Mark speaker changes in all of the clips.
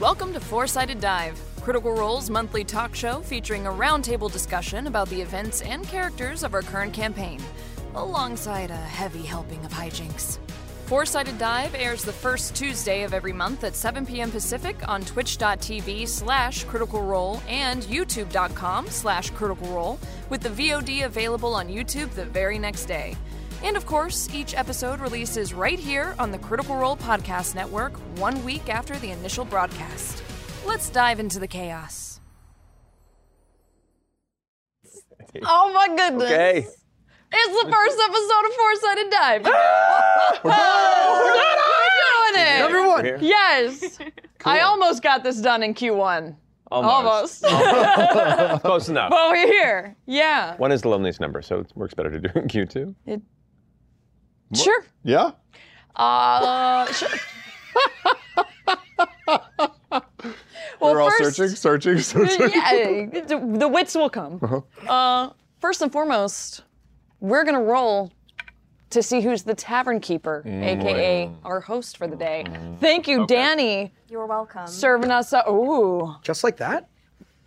Speaker 1: Welcome to Four Sided Dive, Critical Role's monthly talk show featuring a roundtable discussion about the events and characters of our current campaign, alongside a heavy helping of hijinks. Four Sided Dive airs the first Tuesday of every month at 7 p.m. Pacific on twitch.tv slash critical role and youtube.com slash critical role, with the VOD available on YouTube the very next day. And of course, each episode releases right here on the Critical Role Podcast Network one week after the initial broadcast. Let's dive into the chaos.
Speaker 2: Oh my goodness.
Speaker 3: Okay.
Speaker 2: It's the first episode of Four Sided Dive. we're, doing it.
Speaker 3: Everyone. Here.
Speaker 2: Yes. I almost got this done in Q1. Almost.
Speaker 3: Close enough.
Speaker 2: but we're here. Yeah.
Speaker 3: One is the loneliest number, so it works better to do it in Q2.
Speaker 2: Sure.
Speaker 4: Yeah?
Speaker 2: Uh, sure. well,
Speaker 4: We're all
Speaker 2: first-
Speaker 4: searching, searching, searching.
Speaker 2: yeah, the, the wits will come.
Speaker 5: Uh-huh.
Speaker 2: Uh, first and foremost, we're gonna roll to see who's the tavern keeper,
Speaker 5: Mm,
Speaker 2: aka our host for the day. Thank you, Danny,
Speaker 6: You're welcome.
Speaker 2: serving us. Up. Ooh,
Speaker 5: Just like that?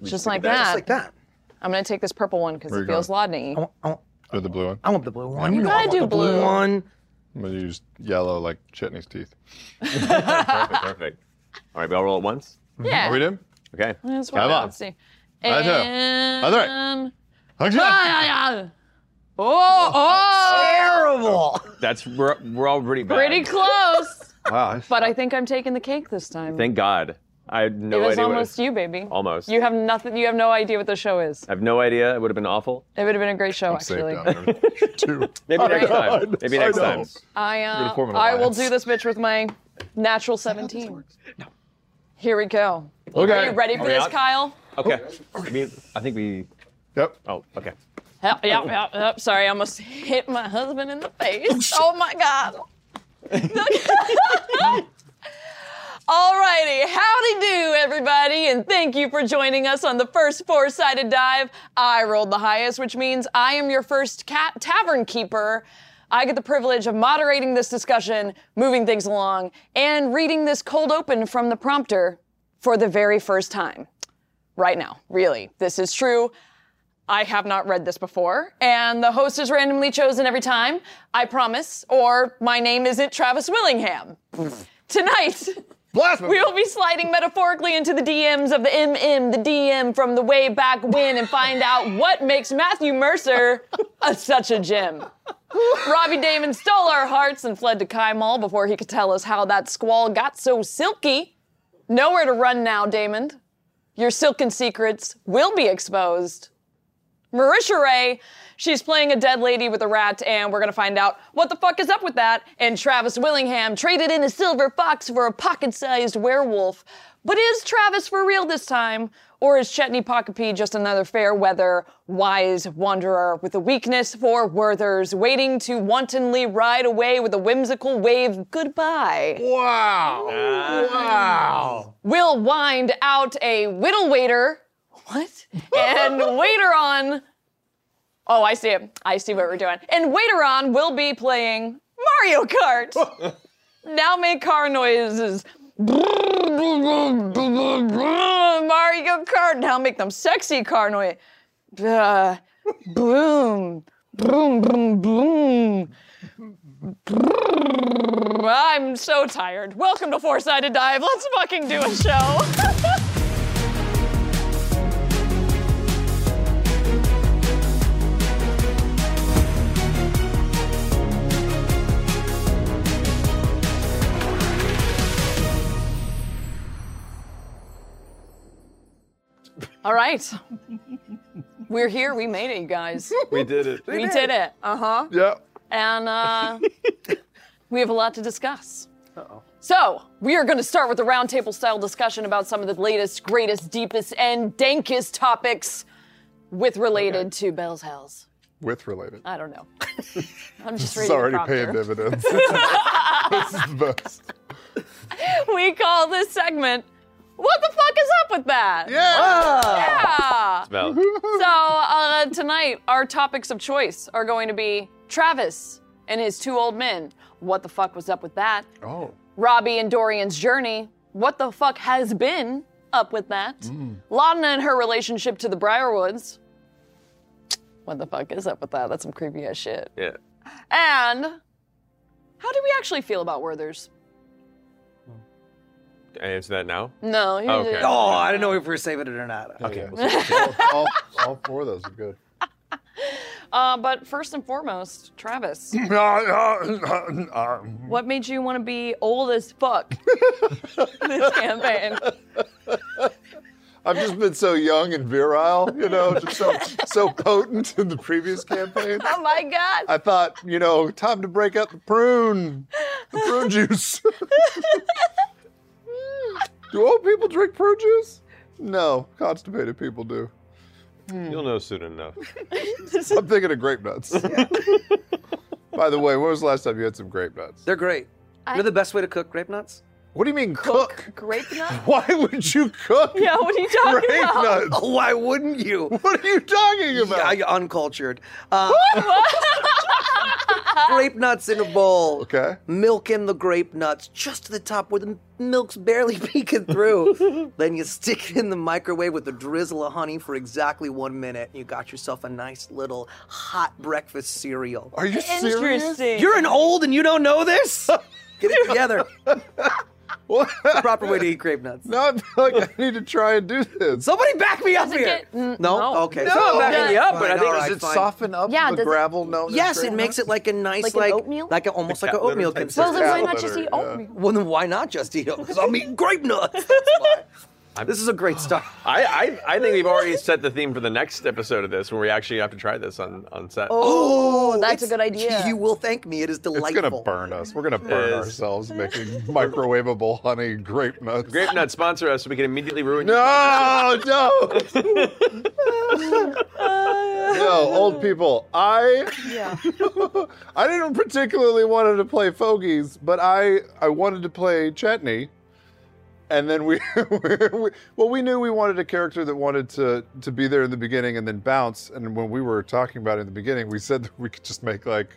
Speaker 2: just like that.
Speaker 5: Just like that.
Speaker 2: I'm gonna take this purple one because
Speaker 4: Where
Speaker 2: it
Speaker 4: you going?
Speaker 2: feels laudney.
Speaker 5: I want,
Speaker 4: Or the blue one.
Speaker 5: I want the blue one.
Speaker 2: You
Speaker 5: know I
Speaker 2: gotta
Speaker 5: want
Speaker 2: do
Speaker 5: the blue
Speaker 2: blue.
Speaker 5: one.
Speaker 4: I'm going to use yellow like Chitney's teeth.
Speaker 3: Perfect, perfect. All right, we all roll at once.
Speaker 2: Yeah,
Speaker 4: Are we done?
Speaker 3: Okay.
Speaker 2: that's what
Speaker 4: Come
Speaker 2: I
Speaker 4: on.
Speaker 2: would see.
Speaker 4: That's it.
Speaker 2: And
Speaker 4: That's right. Okay.
Speaker 2: oh, oh,
Speaker 5: Terrible.
Speaker 3: That's we're we're all pretty bad.
Speaker 2: pretty close.
Speaker 4: Wow.
Speaker 2: But I think I'm taking the cake this time.
Speaker 3: Thank God. I had
Speaker 2: it
Speaker 3: no
Speaker 2: was
Speaker 3: idea. what
Speaker 2: almost you, baby.
Speaker 3: Almost.
Speaker 2: You have nothing. You have no idea what the show is.
Speaker 3: I have no idea. It would have been awful.
Speaker 2: It would have been a great show,
Speaker 4: Saved
Speaker 2: actually.
Speaker 4: down there. Two.
Speaker 3: Maybe next time.
Speaker 4: God.
Speaker 3: Maybe
Speaker 4: I
Speaker 3: next
Speaker 4: know.
Speaker 3: time.
Speaker 2: Oh I, uh,
Speaker 4: form an
Speaker 2: I will
Speaker 4: alliance.
Speaker 2: do this bitch with my natural 17. Here we go. Are
Speaker 4: Okay.
Speaker 2: you ready for
Speaker 3: we
Speaker 2: this,
Speaker 3: out?
Speaker 2: Kyle?
Speaker 3: Okay. I, mean, I think we.
Speaker 4: Yep.
Speaker 3: Oh, okay.
Speaker 2: Yep, yep, yep, yep. Sorry, I almost hit my husband in the face. Oh my God. Alrighty, howdy do, everybody, and thank you for joining us on the first four sided dive. I rolled the highest, which means I am your first cat tavern keeper. I get the privilege of moderating this discussion, moving things along, and reading this cold open from the prompter for the very first time. Right now, really. This is true. I have not read this before, and the host is randomly chosen every time, I promise, or my name isn't Travis Willingham. Tonight,
Speaker 4: Blasphemy.
Speaker 2: we will be sliding metaphorically into the DMs of the MM, the DM from the way back when, and find out what makes Matthew Mercer a, such a gem. Robbie Damon stole our hearts and fled to Kai Mall before he could tell us how that squall got so silky. Nowhere to run now, Damon. Your silken secrets will be exposed. Marisha Ray, she's playing a dead lady with a rat, and we're gonna find out what the fuck is up with that. And Travis Willingham traded in a silver fox for a pocket-sized werewolf. But is Travis for real this time? Or is Chetney Pockapee just another fair weather, wise wanderer with a weakness for Werthers, waiting to wantonly ride away with a whimsical wave goodbye? will wind out a whittle waiter. What? And waiter on. Oh, I see it. I see what we're doing. And waiter on will be playing Mario Kart. now make car noises. Mario Kart. Now make them sexy car noise. Uh, boom, boom, boom, boom. I'm so tired. Welcome to Four Sided Dive. Let's fucking do a show. All right. We're here. We made it, you guys.
Speaker 3: We did it.
Speaker 2: We did it. Uh huh.
Speaker 4: Yeah.
Speaker 2: And uh, we have a lot to discuss. So, we are going to start with a roundtable style discussion about some of the latest, greatest, deepest, and dankest topics with related to Bell's Hells.
Speaker 4: With related.
Speaker 2: I don't know. I'm just
Speaker 4: It's
Speaker 2: reading. the
Speaker 4: already
Speaker 2: prompter.
Speaker 4: paying dividends. this is the best.
Speaker 2: We call this segment, What the Fuck is Up with That?
Speaker 5: Ah.
Speaker 2: Yeah.
Speaker 3: About
Speaker 2: So uh, tonight, our topics of choice are going to be Travis and his two old men. What the fuck was up with that?
Speaker 4: Oh.
Speaker 2: Robbie and Dorian's journey. What the fuck has been up with that? Lana and her relationship to the Briarwoods. What the fuck is up with that? That's some creepy ass shit.
Speaker 3: yeah.
Speaker 2: And how do we actually feel about Werther's?
Speaker 3: Can I answer that now.
Speaker 2: No. you-
Speaker 3: Okay.
Speaker 6: Oh, I didn't know if we were saving it or not. Okay.
Speaker 4: Okay. all, all, all four of those are good.
Speaker 2: Uh, but first and foremost, Travis,
Speaker 4: Mm-hmm.
Speaker 2: what made you want to be old as fuck this campaign?
Speaker 4: I've just been so young and virile, you know, just so so potent in the previous campaign.
Speaker 2: Oh my god.
Speaker 4: I thought, you know, time to break out the prune, the prune juice. do old people drink prune juice? No, constipated people do.
Speaker 2: Hmm.
Speaker 3: You'll know soon enough.
Speaker 4: I'm thinking of grape nuts. By the way, when was the last time you had some grape nuts?
Speaker 6: They're great. They're the best way to cook grape nuts.
Speaker 4: What do you mean cook?
Speaker 2: Grape nut?
Speaker 4: Why would you cook?
Speaker 2: Yeah, what are you talking
Speaker 4: grape
Speaker 2: about?
Speaker 4: nuts.
Speaker 6: Oh, why wouldn't you?
Speaker 4: What are you talking about?
Speaker 6: I, uncultured. Uh, grape nuts in a bowl.
Speaker 4: Okay.
Speaker 6: Milk in the grape nuts, just to the top where the milk's barely peeking through. then you stick it in the microwave with a drizzle of honey for exactly one minute, and you got yourself a nice little hot breakfast cereal.
Speaker 4: Are you serious?
Speaker 2: Interesting.
Speaker 6: You're an old and you don't know this? Get it together.
Speaker 4: What?
Speaker 6: Proper way to eat grape nuts.
Speaker 4: Now I feel like I need to try and do this.
Speaker 6: Somebody back me up here.
Speaker 2: get-
Speaker 6: no?
Speaker 2: n- no.
Speaker 6: Okay.
Speaker 4: No.
Speaker 6: Someone back me
Speaker 2: Yeah.
Speaker 6: up, but I think
Speaker 4: does it soften up
Speaker 2: Yeah,
Speaker 4: the
Speaker 2: does it-
Speaker 4: gravel? No.
Speaker 6: Yes, it makes it like a nice,
Speaker 2: Like
Speaker 6: like,
Speaker 2: an oatmeal?
Speaker 6: like a, almost like an
Speaker 3: cat litter
Speaker 6: oatmeal
Speaker 3: type
Speaker 2: well,
Speaker 6: consistency.
Speaker 2: then why not
Speaker 4: Salad
Speaker 2: just
Speaker 4: or-
Speaker 2: eat
Speaker 4: yeah.
Speaker 2: oatmeal?
Speaker 6: Well, then why not just eat it? Because I'm eating grape nuts. That's why. this is a great start.
Speaker 3: I, I I think we've already set the theme for the next episode of this, where we actually have to try this on on set.
Speaker 6: Oh,
Speaker 2: that's a
Speaker 6: it's-
Speaker 2: good idea.
Speaker 6: You will thank me. It is
Speaker 4: It's
Speaker 6: delightful.
Speaker 4: gonna burn us. We're gonna burn
Speaker 3: Yes.
Speaker 4: ourselves making microwavable honey and grape nuts.
Speaker 3: Grape Nut sponsor us, so we can immediately ruin. your-
Speaker 4: No, no, no, old people. I,
Speaker 2: Yeah.
Speaker 4: I didn't particularly wanted to play fogies, but I, I wanted to play chutney, and then we, we, well, we knew we wanted a character that wanted to to be there in the beginning and then bounce. And when we were talking about it in the beginning, we said that we could just make like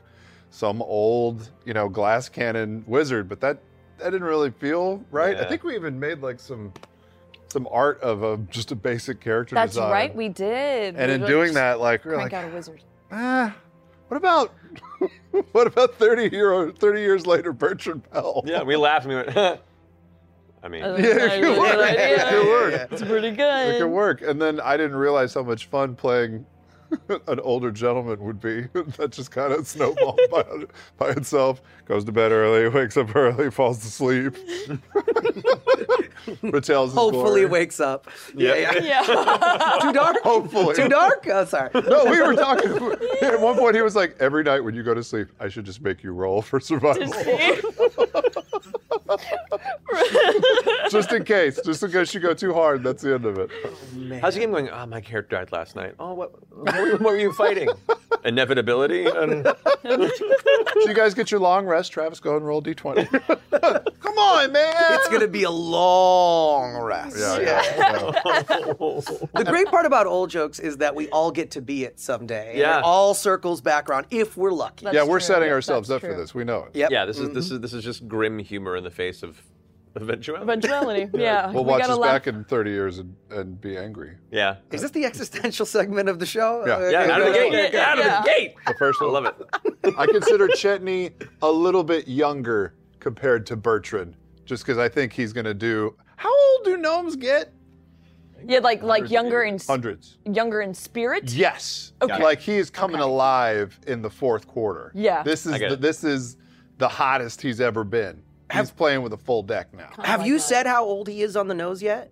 Speaker 4: some old, you know, glass cannon wizard, but that that didn't really feel right. I
Speaker 3: Yeah.
Speaker 4: think we even made like some some art of a, just a basic character
Speaker 2: That's
Speaker 4: design.
Speaker 2: right, we did.
Speaker 4: And
Speaker 2: We
Speaker 4: in
Speaker 2: were
Speaker 4: doing
Speaker 2: just
Speaker 4: that, like, we were
Speaker 2: crank
Speaker 4: like
Speaker 2: out a wizard.
Speaker 4: ah, what about what about thirty year thirty years later, Bertrand Bell?
Speaker 3: Yeah, we laughed and we went. Huh. I mean,
Speaker 2: Uh,
Speaker 4: Yeah, it could
Speaker 2: Good
Speaker 4: work.
Speaker 2: idea.
Speaker 4: It could work.
Speaker 2: It's pretty
Speaker 4: It could
Speaker 2: good.
Speaker 4: work. And then I didn't realize how much fun playing an older gentleman would be. that just kind of snowballed by, by itself. Goes to bed early, wakes up early, falls asleep. Retails his
Speaker 6: Hopefully,
Speaker 4: glory.
Speaker 6: it wakes up. Yeah, yeah.
Speaker 2: Yeah.
Speaker 6: Too dark.
Speaker 4: Hopefully.
Speaker 6: Too dark. Oh, sorry.
Speaker 4: No, we were talking. At one point, he was like, "Every night when you go to sleep, I should just make you roll for survival, just in case, just in case you go too hard. That's the end of it."
Speaker 3: how's the game going? Oh, my character died last night. Oh, what? What were you, what were you fighting? Inevitability. And,
Speaker 4: So you guys get your long rest. Travis, go and roll d20. Come on, man.
Speaker 6: It's gonna be a long rest.
Speaker 4: Yeah, yeah, yeah.
Speaker 6: The great part about old jokes is that we all get to be it someday. and
Speaker 3: Yeah.
Speaker 6: It all circles back around if we're lucky.
Speaker 4: Yeah,
Speaker 2: That's
Speaker 4: we're
Speaker 2: true.
Speaker 4: setting
Speaker 2: Yeah,
Speaker 4: ourselves
Speaker 2: that's
Speaker 4: up for
Speaker 2: true.
Speaker 4: this. We know it.
Speaker 6: Yep.
Speaker 3: yeah, this is this is this is just grim humor in the face of eventuality.
Speaker 2: Eventuality. Yeah.
Speaker 4: We'll
Speaker 2: we
Speaker 4: watch
Speaker 2: gotta
Speaker 4: this
Speaker 2: laugh.
Speaker 4: back in 30 years and, and be angry.
Speaker 3: Yeah.
Speaker 6: Is this the existential segment of the show?
Speaker 4: Yeah.
Speaker 6: Okay,
Speaker 3: Yeah, out of the
Speaker 6: good.
Speaker 3: gate. Out of
Speaker 2: Yeah.
Speaker 3: the gate.
Speaker 4: The first
Speaker 3: I
Speaker 4: one.
Speaker 3: love it.
Speaker 4: I consider Chetney a little bit younger compared to Bertrand, just because I think he's going to do. How old do gnomes get?
Speaker 2: Yeah, like like younger in
Speaker 4: Hundreds.
Speaker 2: younger in spirit.
Speaker 4: Yes.
Speaker 2: Okay.
Speaker 4: Like he is coming alive in the fourth quarter.
Speaker 2: Yeah.
Speaker 4: This is
Speaker 3: I get
Speaker 4: the,
Speaker 3: it.
Speaker 4: this is the hottest he's ever been. He's playing with a full
Speaker 2: Oh
Speaker 4: deck now.
Speaker 6: Have you said how old he is on the nose yet?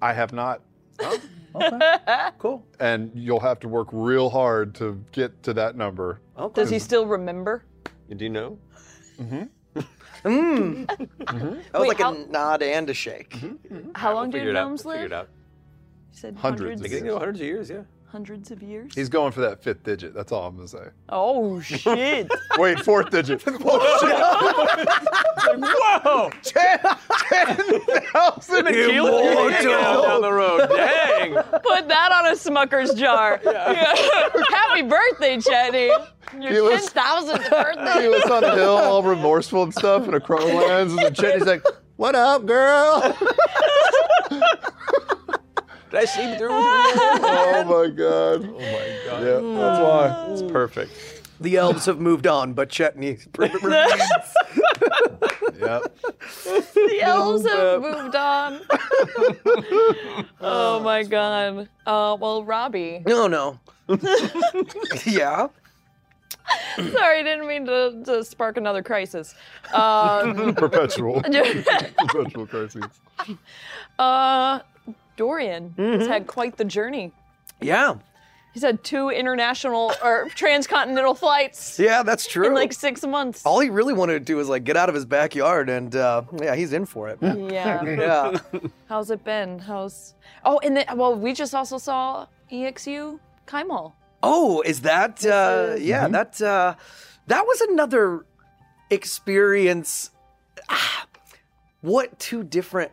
Speaker 4: I have not.
Speaker 6: Cool.
Speaker 4: and you'll have to work real hard to get to that number.
Speaker 6: Okay.
Speaker 2: Does he still remember?
Speaker 3: Do you know?
Speaker 6: Mm. That was
Speaker 2: Wait,
Speaker 6: like
Speaker 2: how-
Speaker 6: a nod and a shake.
Speaker 2: How long do
Speaker 3: We'll figure it out.
Speaker 2: gnomes
Speaker 3: We'll figure
Speaker 2: live?
Speaker 3: it out.
Speaker 2: You said
Speaker 4: Hundreds
Speaker 2: hundreds,
Speaker 4: of
Speaker 3: They can go hundreds of years, yeah.
Speaker 2: hundreds of years.
Speaker 4: He's going for that fifth digit. That's all I'm gonna say.
Speaker 2: Oh shit!
Speaker 4: Wait, fourth digit.
Speaker 3: Whoa! down the road. Dang!
Speaker 2: Put that on a Smucker's jar. Yeah. Happy birthday, Chetty. Your
Speaker 4: Keyless.
Speaker 2: ten thousandth birthday.
Speaker 4: He was on the hill, all remorseful and stuff, and a crow lands, and the Chetty's like, "What up, girl?"
Speaker 3: Did I sleep through with you?
Speaker 4: oh my god.
Speaker 3: Oh my god.
Speaker 4: Yeah, that's why.
Speaker 3: It's perfect.
Speaker 6: The elves have moved on, but Chetney.
Speaker 4: Yep.
Speaker 6: Hmm.
Speaker 2: The elves have moved on. oh my god. Uh, well, Robbie.
Speaker 6: no, no. yeah.
Speaker 2: Sorry, didn't mean to, to spark another crisis. Um,
Speaker 4: Perpetual. Perpetual crises.
Speaker 2: uh, Dorian has
Speaker 6: Mm-hmm.
Speaker 2: had quite the journey.
Speaker 6: Yeah.
Speaker 2: He's had two international or transcontinental flights
Speaker 6: Yeah, that's true.
Speaker 2: in like six months.
Speaker 6: all he really wanted to do was like get out of his backyard, and uh, yeah, he's in for it.
Speaker 2: Mm-hmm. Yeah.
Speaker 6: yeah.
Speaker 2: How's it been? How's oh, and then well, we just also saw EXU Kaimal.
Speaker 6: Oh, is that? Uh,
Speaker 2: is-
Speaker 6: yeah, that uh, that was another experience. Ah, what two different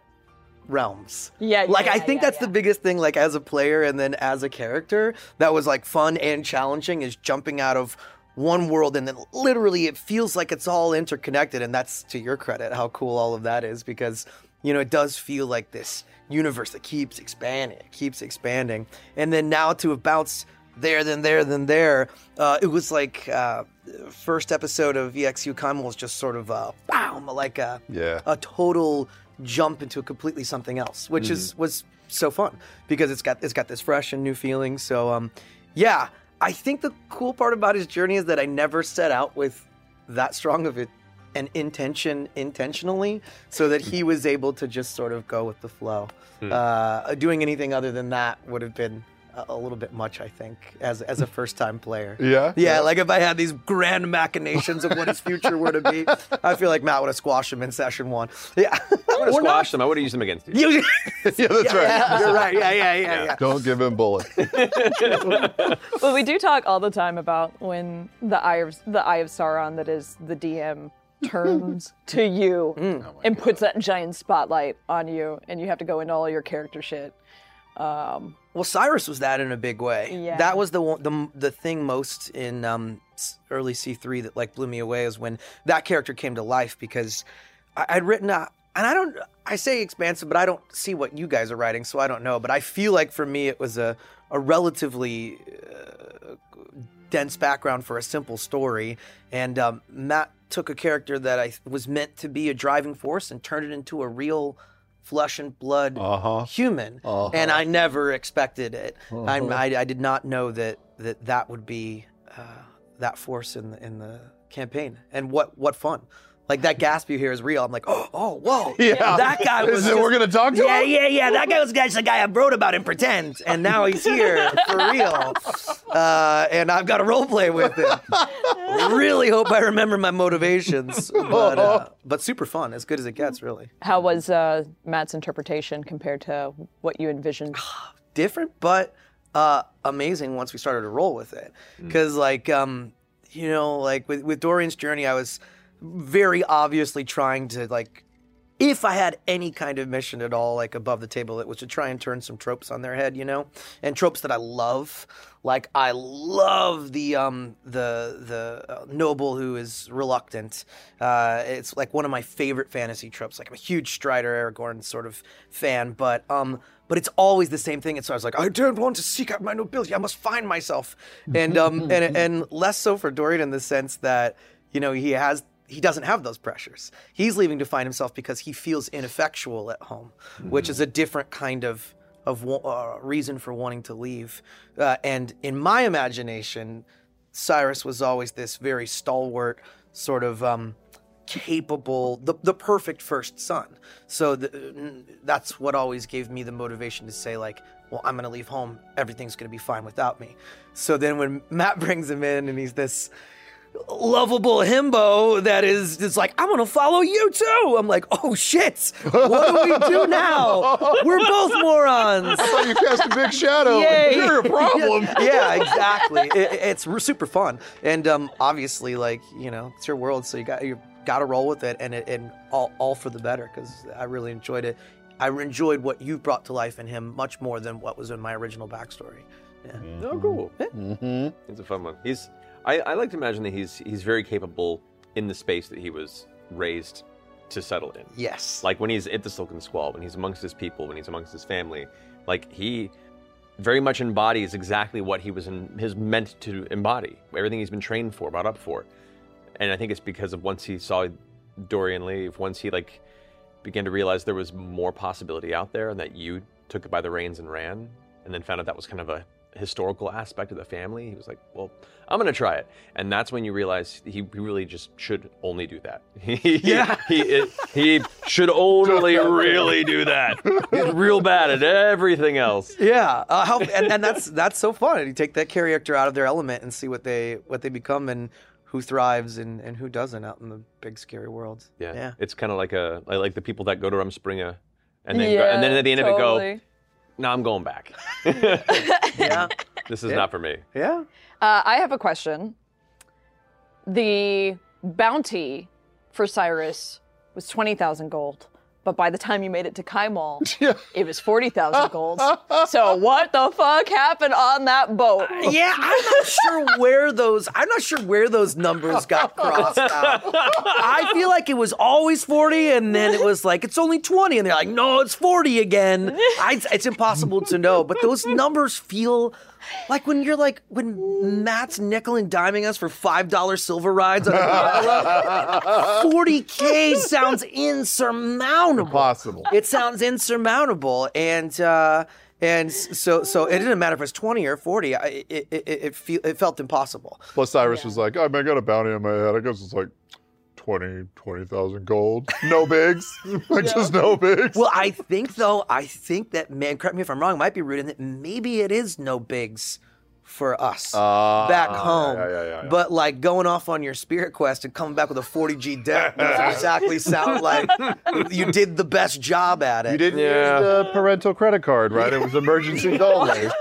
Speaker 6: realms?
Speaker 2: Yeah,
Speaker 6: like
Speaker 2: yeah,
Speaker 6: I think
Speaker 2: yeah,
Speaker 6: that's the biggest thing. Like as a player and then as a character, that was like fun and challenging. Is jumping out of one world and then literally it feels like it's all interconnected. And that's to your credit how cool all of that is because you know it does feel like this universe that keeps expanding, it keeps expanding. And then now to have bounced there, then there, then there, uh, it was like uh, first episode of E EXU Con was just sort of uh, bam, like a
Speaker 4: Yeah.
Speaker 6: a total jump into completely something else, which is was so fun because it's got it's got this fresh and new feeling. So um, yeah, I think the cool part about his journey is that I never set out with that strong of it an intention intentionally, so that he was able to just sort of go with the flow. Uh, doing anything other than that would have been. a- A little bit much, I think, as as a first time player.
Speaker 4: Yeah?
Speaker 6: yeah. Like if I had these grand machinations of what his future were to be, I feel like Matt would have squashed him in session one. Yeah,
Speaker 3: I would have
Speaker 6: We're not-
Speaker 3: squashed them. I would have used them against you.
Speaker 6: You-
Speaker 4: Yeah, that's right.
Speaker 6: You're right. Yeah, yeah, yeah, yeah.
Speaker 4: Don't give him bullet.
Speaker 2: But we do talk all the time about when the eye of the eye of Sauron that is the DM turns to you
Speaker 3: Oh
Speaker 2: and puts that giant spotlight on you, and you have to go into all your character shit. Um,
Speaker 6: Well, Cyrus was that in a big way.
Speaker 2: Yeah.
Speaker 6: That was the one, the the thing most in um, s- early C three that like blew me away is when that character came to life because I, I'd written a and I don't I say expansive, but I don't see what you guys are writing, so I don't know. But I feel like for me it was a a relatively uh, dense background for a simple story. And um, Matt took a character that I was meant to be a driving force and turned it into a real flesh and blood
Speaker 4: Uh-huh.
Speaker 3: Uh-huh.
Speaker 6: human. And I never expected it. I, I, I did not know that that, that would be uh, that force in the, in the campaign. And what what fun. Like that gasp you hear is real. I'm like, oh, oh, whoa!
Speaker 4: Yeah.
Speaker 6: that guy was.
Speaker 4: Is it- we're
Speaker 6: just-
Speaker 4: gonna talk to
Speaker 6: yeah,
Speaker 4: him?
Speaker 6: yeah, yeah. That guy was that's the guy I wrote about in Pretend, and now he's here for real. Uh, and I've got a role play with him. really hope I remember my motivations, but uh, but super fun, as good as it gets, really.
Speaker 2: How was uh, Matt's interpretation compared to what you envisioned?
Speaker 6: different, but uh, amazing once we started to roll with it. Because, like, um, you know, like with, with Dorian's journey, I was very obviously trying to, like, if I had any kind of mission at all, like above the table, it was to try and turn some tropes on their head, you know, and tropes that I love. Like I love the um the the uh, noble who is reluctant. Uh, it's like one of my favorite fantasy tropes. Like I'm a huge Strider Aragorn sort of fan, but um but it's always the same thing. And so I was like, I don't want to seek out my nobility. I must find myself. And um and and less so for Dorian in the sense that you know he has he doesn't have those pressures he's leaving to find himself because he feels ineffectual at home which is a different kind of of wa- uh, reason for wanting to leave uh, and in my imagination cyrus was always this very stalwart sort of um, capable, the, the perfect first son. So the, mm, that's what always gave me the motivation to say, like, well, I'm going to leave home. Everything's going to be fine without me. So then when Matt brings him in and he's this lovable himbo that is is like, I'm gonna follow you too. I'm like, oh shit, what do we do now? We're both morons.
Speaker 4: I thought you cast a big shadow.
Speaker 6: Yay.
Speaker 4: You're a problem.
Speaker 6: yeah, exactly. It, it's r- super fun, and um, obviously, like you know, it's your world, so you got you got to roll with it, and it, and all all for the better because I really enjoyed it. I re- enjoyed what you brought to life in him much more than what was in my original backstory.
Speaker 3: Oh, cool.
Speaker 4: Mm-hmm.
Speaker 3: It's a fun one. He's. I, I like to imagine that he's he's very capable in the space that he was raised to settle in.
Speaker 6: Yes,
Speaker 3: Like when he's at the Silken Squall, when he's amongst his people, when he's amongst his family, like he very much embodies exactly what he was in, his meant to embody, everything he's been trained for, brought up for. And I think it's because of once he saw Dorian leave, once he like began to realize there was more possibility out there, and that you took it by the reins and ran, and then found out that was kind of a historical aspect of the family. He was like, "Well, I'm gonna try it," and that's when you realize he, he really just should only do that. yeah, he it, he should only really do that. He's real bad at everything else.
Speaker 6: Yeah, uh, how, and, and that's that's so fun. You take that character out of their element and see what they what they become and who thrives and, and who doesn't out in the big scary world.
Speaker 3: Yeah,
Speaker 6: yeah.
Speaker 3: it's kind of like a like, like the people that go to Rumspringa, and then and then at the end of it go, "No, I'm going back.
Speaker 6: Yeah.
Speaker 3: This is not for me."
Speaker 6: yeah.
Speaker 2: Uh, I have a question. The bounty for Cyrus was 20,000 gold, but by the time you made it to Kaimal, it was 40,000 gold. so what the fuck happened on that boat?
Speaker 6: Yeah, I'm not sure where those I'm not sure where those numbers got crossed out. I feel like it was always 40 and then it was like it's only 20 and they're like no, it's 40 again. I, it's impossible to know, but those numbers feel like when you're like when Matt's nickel and diming us for $5 silver rides on a gondola, 40k sounds insurmountable.
Speaker 4: Possible.
Speaker 6: It sounds insurmountable, and uh, and s- so so it didn't matter if it was twenty or forty. I, it it it, it, feel, it felt impossible.
Speaker 4: Plus, Cyrus was like, I, mean, I got a bounty on my head. I guess it's like 20, 20,000 gold. No bigs. like, just no bigs.
Speaker 6: Well, I think though, I think that man. Correct me if I'm wrong. Might be rude in that maybe it is no bigs for us
Speaker 4: Ah,
Speaker 6: back
Speaker 4: yeah,
Speaker 6: home.
Speaker 4: yeah, yeah, yeah, yeah.
Speaker 6: But like going off on your spirit quest and coming back with a forty G debt doesn't exactly sound like you did the best job at it.
Speaker 4: you didn't use the parental credit card, right? It was emergency only.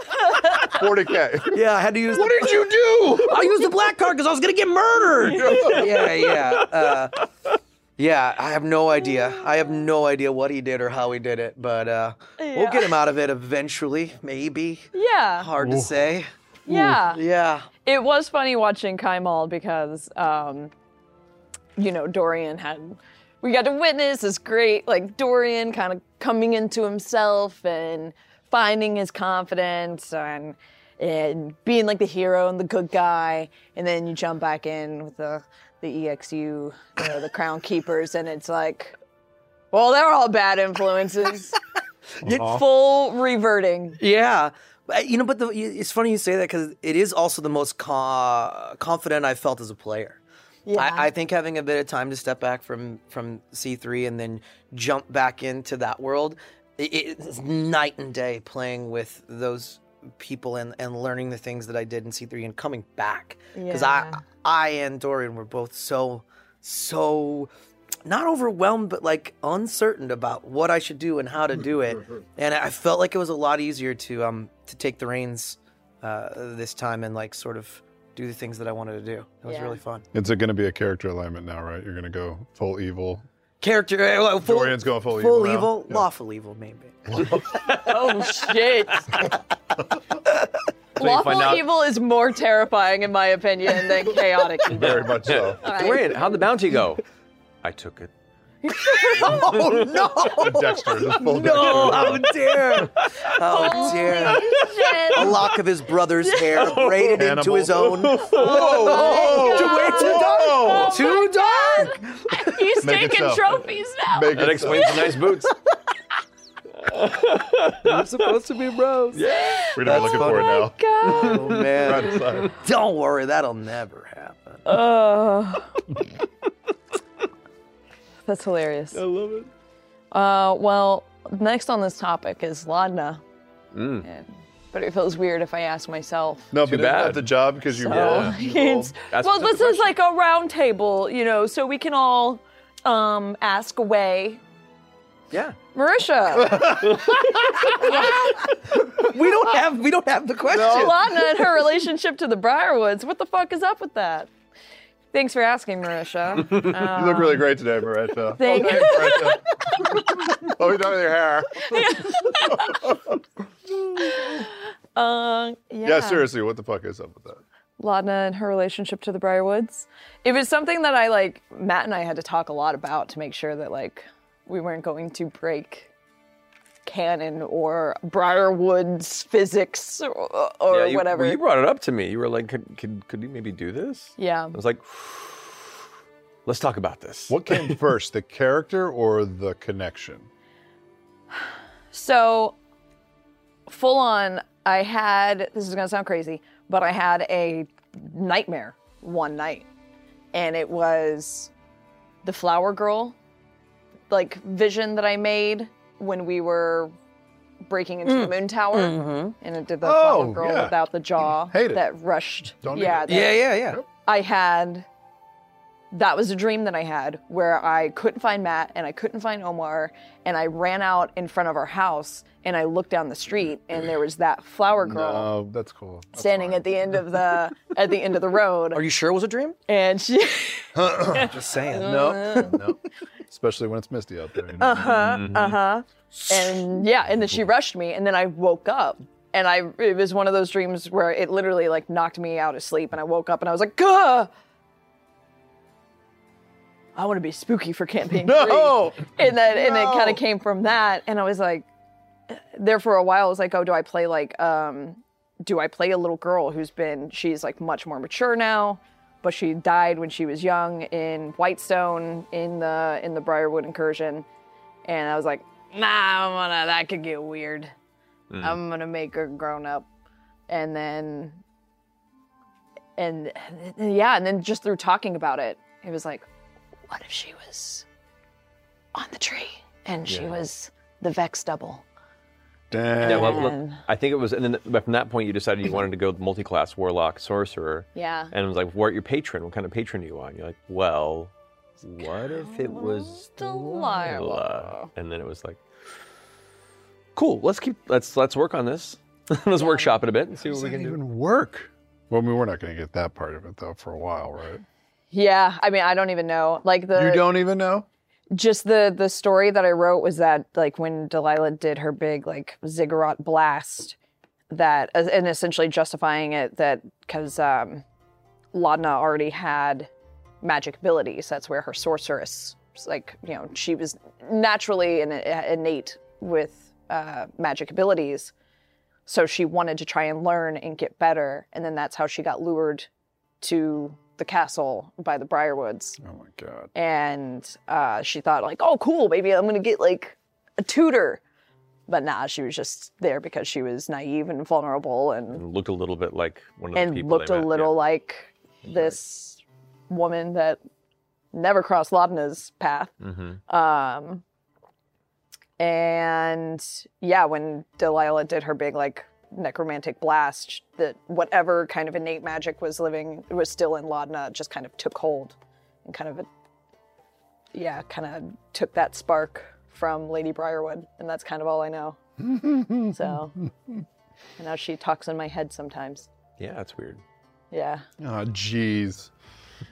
Speaker 4: 40K.
Speaker 6: Yeah, I had to use.
Speaker 4: what
Speaker 6: the-
Speaker 4: did you do?
Speaker 6: I used the black card because I was gonna get murdered. yeah, yeah, uh, yeah. I have no idea. I have no idea what he did or how he did it, but uh, we'll get him out of it eventually, maybe.
Speaker 2: Yeah,
Speaker 6: Hard to say.
Speaker 2: yeah.
Speaker 6: Yeah.
Speaker 2: It was funny watching Kaimal because, um, you know, Dorian had. We got to witness this great, like, Dorian kind of coming into himself and finding his confidence and and being like the hero and the good guy. And then you jump back in with the, the EXU, you know, the crown keepers, and it's like, well, they're all bad influences. Full reverting.
Speaker 6: Yeah. But, You know, but the, it's funny you say that because it is also the most co- confident I felt as a player.
Speaker 2: Yeah.
Speaker 6: I, I think having a bit of time to step back from from C3 and then jump back into that world, i it's night and day playing with those people and, and learning the things that I did in C3 and coming back. Because
Speaker 2: Yeah.
Speaker 6: I, I and Dorian were both so, so not overwhelmed, but like uncertain about what I should do and how to do it. and I felt like it was a lot easier to um to take the reins uh, this time and like sort of do the things that I wanted to do. It was
Speaker 2: Yeah.
Speaker 6: really fun.
Speaker 4: It's going to be a character alignment now, right? You're going to go full evil.
Speaker 6: Character, uh, well, full,
Speaker 4: Dorian's going full evil
Speaker 6: full
Speaker 4: now.
Speaker 6: evil,
Speaker 4: Yeah.
Speaker 6: lawful evil, maybe.
Speaker 2: Oh shit.
Speaker 3: you find
Speaker 2: Lawful
Speaker 3: out-
Speaker 2: evil is more terrifying, in my opinion, than chaotic evil.
Speaker 4: Very much so.
Speaker 3: Dorian, how'd the bounty go? I took it.
Speaker 6: oh no!
Speaker 4: Dexter. Just full
Speaker 6: No, how dare! How dare! A lock of his brother's hair braided into
Speaker 4: Hannibal.
Speaker 6: his own.
Speaker 4: whoa,
Speaker 6: Too- way too
Speaker 4: whoa.
Speaker 6: dark! Too dark!
Speaker 2: He's
Speaker 4: Make it
Speaker 2: taking
Speaker 4: so.
Speaker 2: trophies now.
Speaker 4: Make
Speaker 3: That
Speaker 4: it so.
Speaker 3: explains the nice boots.
Speaker 6: We're supposed to be bros.
Speaker 4: We're going to be looking for it now.
Speaker 2: God.
Speaker 6: Oh man.
Speaker 4: Right aside.
Speaker 6: Don't worry, that'll never happen.
Speaker 2: Uh, That's hilarious.
Speaker 3: love it.
Speaker 2: Uh, well, next on this topic is Laudna.
Speaker 3: Mm.
Speaker 2: And, but it feels weird if I ask myself.
Speaker 4: No,
Speaker 3: Too
Speaker 4: but bad.
Speaker 3: bad.
Speaker 4: not the job because you
Speaker 2: Oh,
Speaker 4: rolled. You
Speaker 2: it's-
Speaker 4: rolled.
Speaker 3: That's
Speaker 2: well,
Speaker 3: the
Speaker 2: this is like a round table, you know, so we can all um, ask away.
Speaker 6: Yeah.
Speaker 2: Marisha,
Speaker 6: We don't have we don't have the question.
Speaker 3: Oh.
Speaker 2: Lana and her relationship to the Briarwoods. What the fuck is up with that? Thanks for asking, Marisha.
Speaker 4: You look really great today, Maretta.
Speaker 2: Thank you.
Speaker 4: oh, you done with your hair.
Speaker 2: Uh, yeah.
Speaker 4: Yeah. seriously, what the fuck is up with that?
Speaker 2: Laudna and her relationship to the Briarwoods. It was something that I like Matt and I had to talk a lot about to make sure that like we weren't going to break canon or Briarwoods physics or, or
Speaker 3: Yeah, you,
Speaker 2: whatever.
Speaker 3: Well, you brought it up to me. You were like, could, could, could we maybe do this?
Speaker 2: yeah.
Speaker 3: I was like, let's talk about this.
Speaker 4: What came first, the character or the connection?
Speaker 2: So full on, I had this is gonna sound crazy, but I had a nightmare one night. And it was the flower girl like vision that I made when we were breaking into the moon tower. And it did the flower
Speaker 4: Mm. Mm-hmm. Oh,
Speaker 2: girl
Speaker 4: yeah.
Speaker 2: without the jaw
Speaker 4: Hate it.
Speaker 2: that rushed.
Speaker 4: Don't need
Speaker 2: yeah,
Speaker 4: it.
Speaker 2: that-
Speaker 7: Yeah, yeah, yeah.
Speaker 2: I had that was a dream that I had where I couldn't find Matt and I couldn't find Omar and I ran out in front of our house and I looked down the street and there was that flower girl
Speaker 4: No, that's cool.
Speaker 2: standing at the end of the at the end of the road
Speaker 7: Are you sure it was a dream?
Speaker 2: and she
Speaker 7: Just saying.
Speaker 4: No, no. Especially when it's misty out there. you know.
Speaker 3: Uh-huh.
Speaker 4: Mm-hmm.
Speaker 2: uh-huh, and yeah and then she rushed me and then I woke up and I it was one of those dreams where it literally like knocked me out of sleep and I woke up and I was like Gah! I want to be spooky for campaign three.
Speaker 4: No!
Speaker 2: and then and it kind of came from that and i was like there for a while i was like oh do i play like um do i play a little girl who's been she's like much more mature now but she died when she was young in whitestone in the in the briarwood incursion and i was like nah i'm gonna that could get weird
Speaker 3: Mm.
Speaker 2: i'm gonna make her grown up and then and yeah and then just through talking about it it was like what if she was on the tree, and she was the Vex double.
Speaker 4: Dang.
Speaker 3: Yeah, well, look,
Speaker 2: Man.
Speaker 3: I think it was, and then but from that point, you decided you wanted to go multi-class warlock sorcerer,
Speaker 2: Yeah.
Speaker 3: and I was like, "What your patron? What kind of patron do you want?" And you're like, "Well, what if it was Delilah?"
Speaker 2: Delilah.
Speaker 3: And then it was like, "Cool, let's keep let's let's work on this. let's workshop it a bit and see what we
Speaker 4: Doesn't
Speaker 3: can do."
Speaker 4: even work. Well, I mean, we're not going to get that part of it though for a while, right?
Speaker 2: Yeah. I mean, I don't even know. Like the
Speaker 4: you don't even know.
Speaker 2: just the the story that I wrote was that like when Delilah did her big like ziggurat blast, that and essentially justifying it that because um, Laudna already had magic abilities. That's where her sorceress, like you know, she was naturally and innate with uh, magic abilities. So she wanted to try and learn and get better, and then that's how she got lured to the castle by the Briarwoods
Speaker 4: Oh my god.
Speaker 2: and uh, she thought like, oh, cool, maybe I'm gonna get like a tutor, but nah, she was just there because she was naive and vulnerable and
Speaker 3: And looked a little bit like one of the
Speaker 2: and
Speaker 3: people.
Speaker 2: looked
Speaker 3: they
Speaker 2: a
Speaker 3: met, yeah.
Speaker 2: little like this woman that never crossed Laudna's path.
Speaker 3: Mhm.
Speaker 2: Um, and yeah, when Delilah did her big like necromantic blast, that whatever kind of innate magic was living was still in Laudna just kind of took hold and kind of yeah, kind of took that spark from Lady Briarwood, and that's kind of all I know. so, and now she talks in my head sometimes.
Speaker 3: Yeah, that's weird.
Speaker 2: Yeah.
Speaker 4: Oh jeez.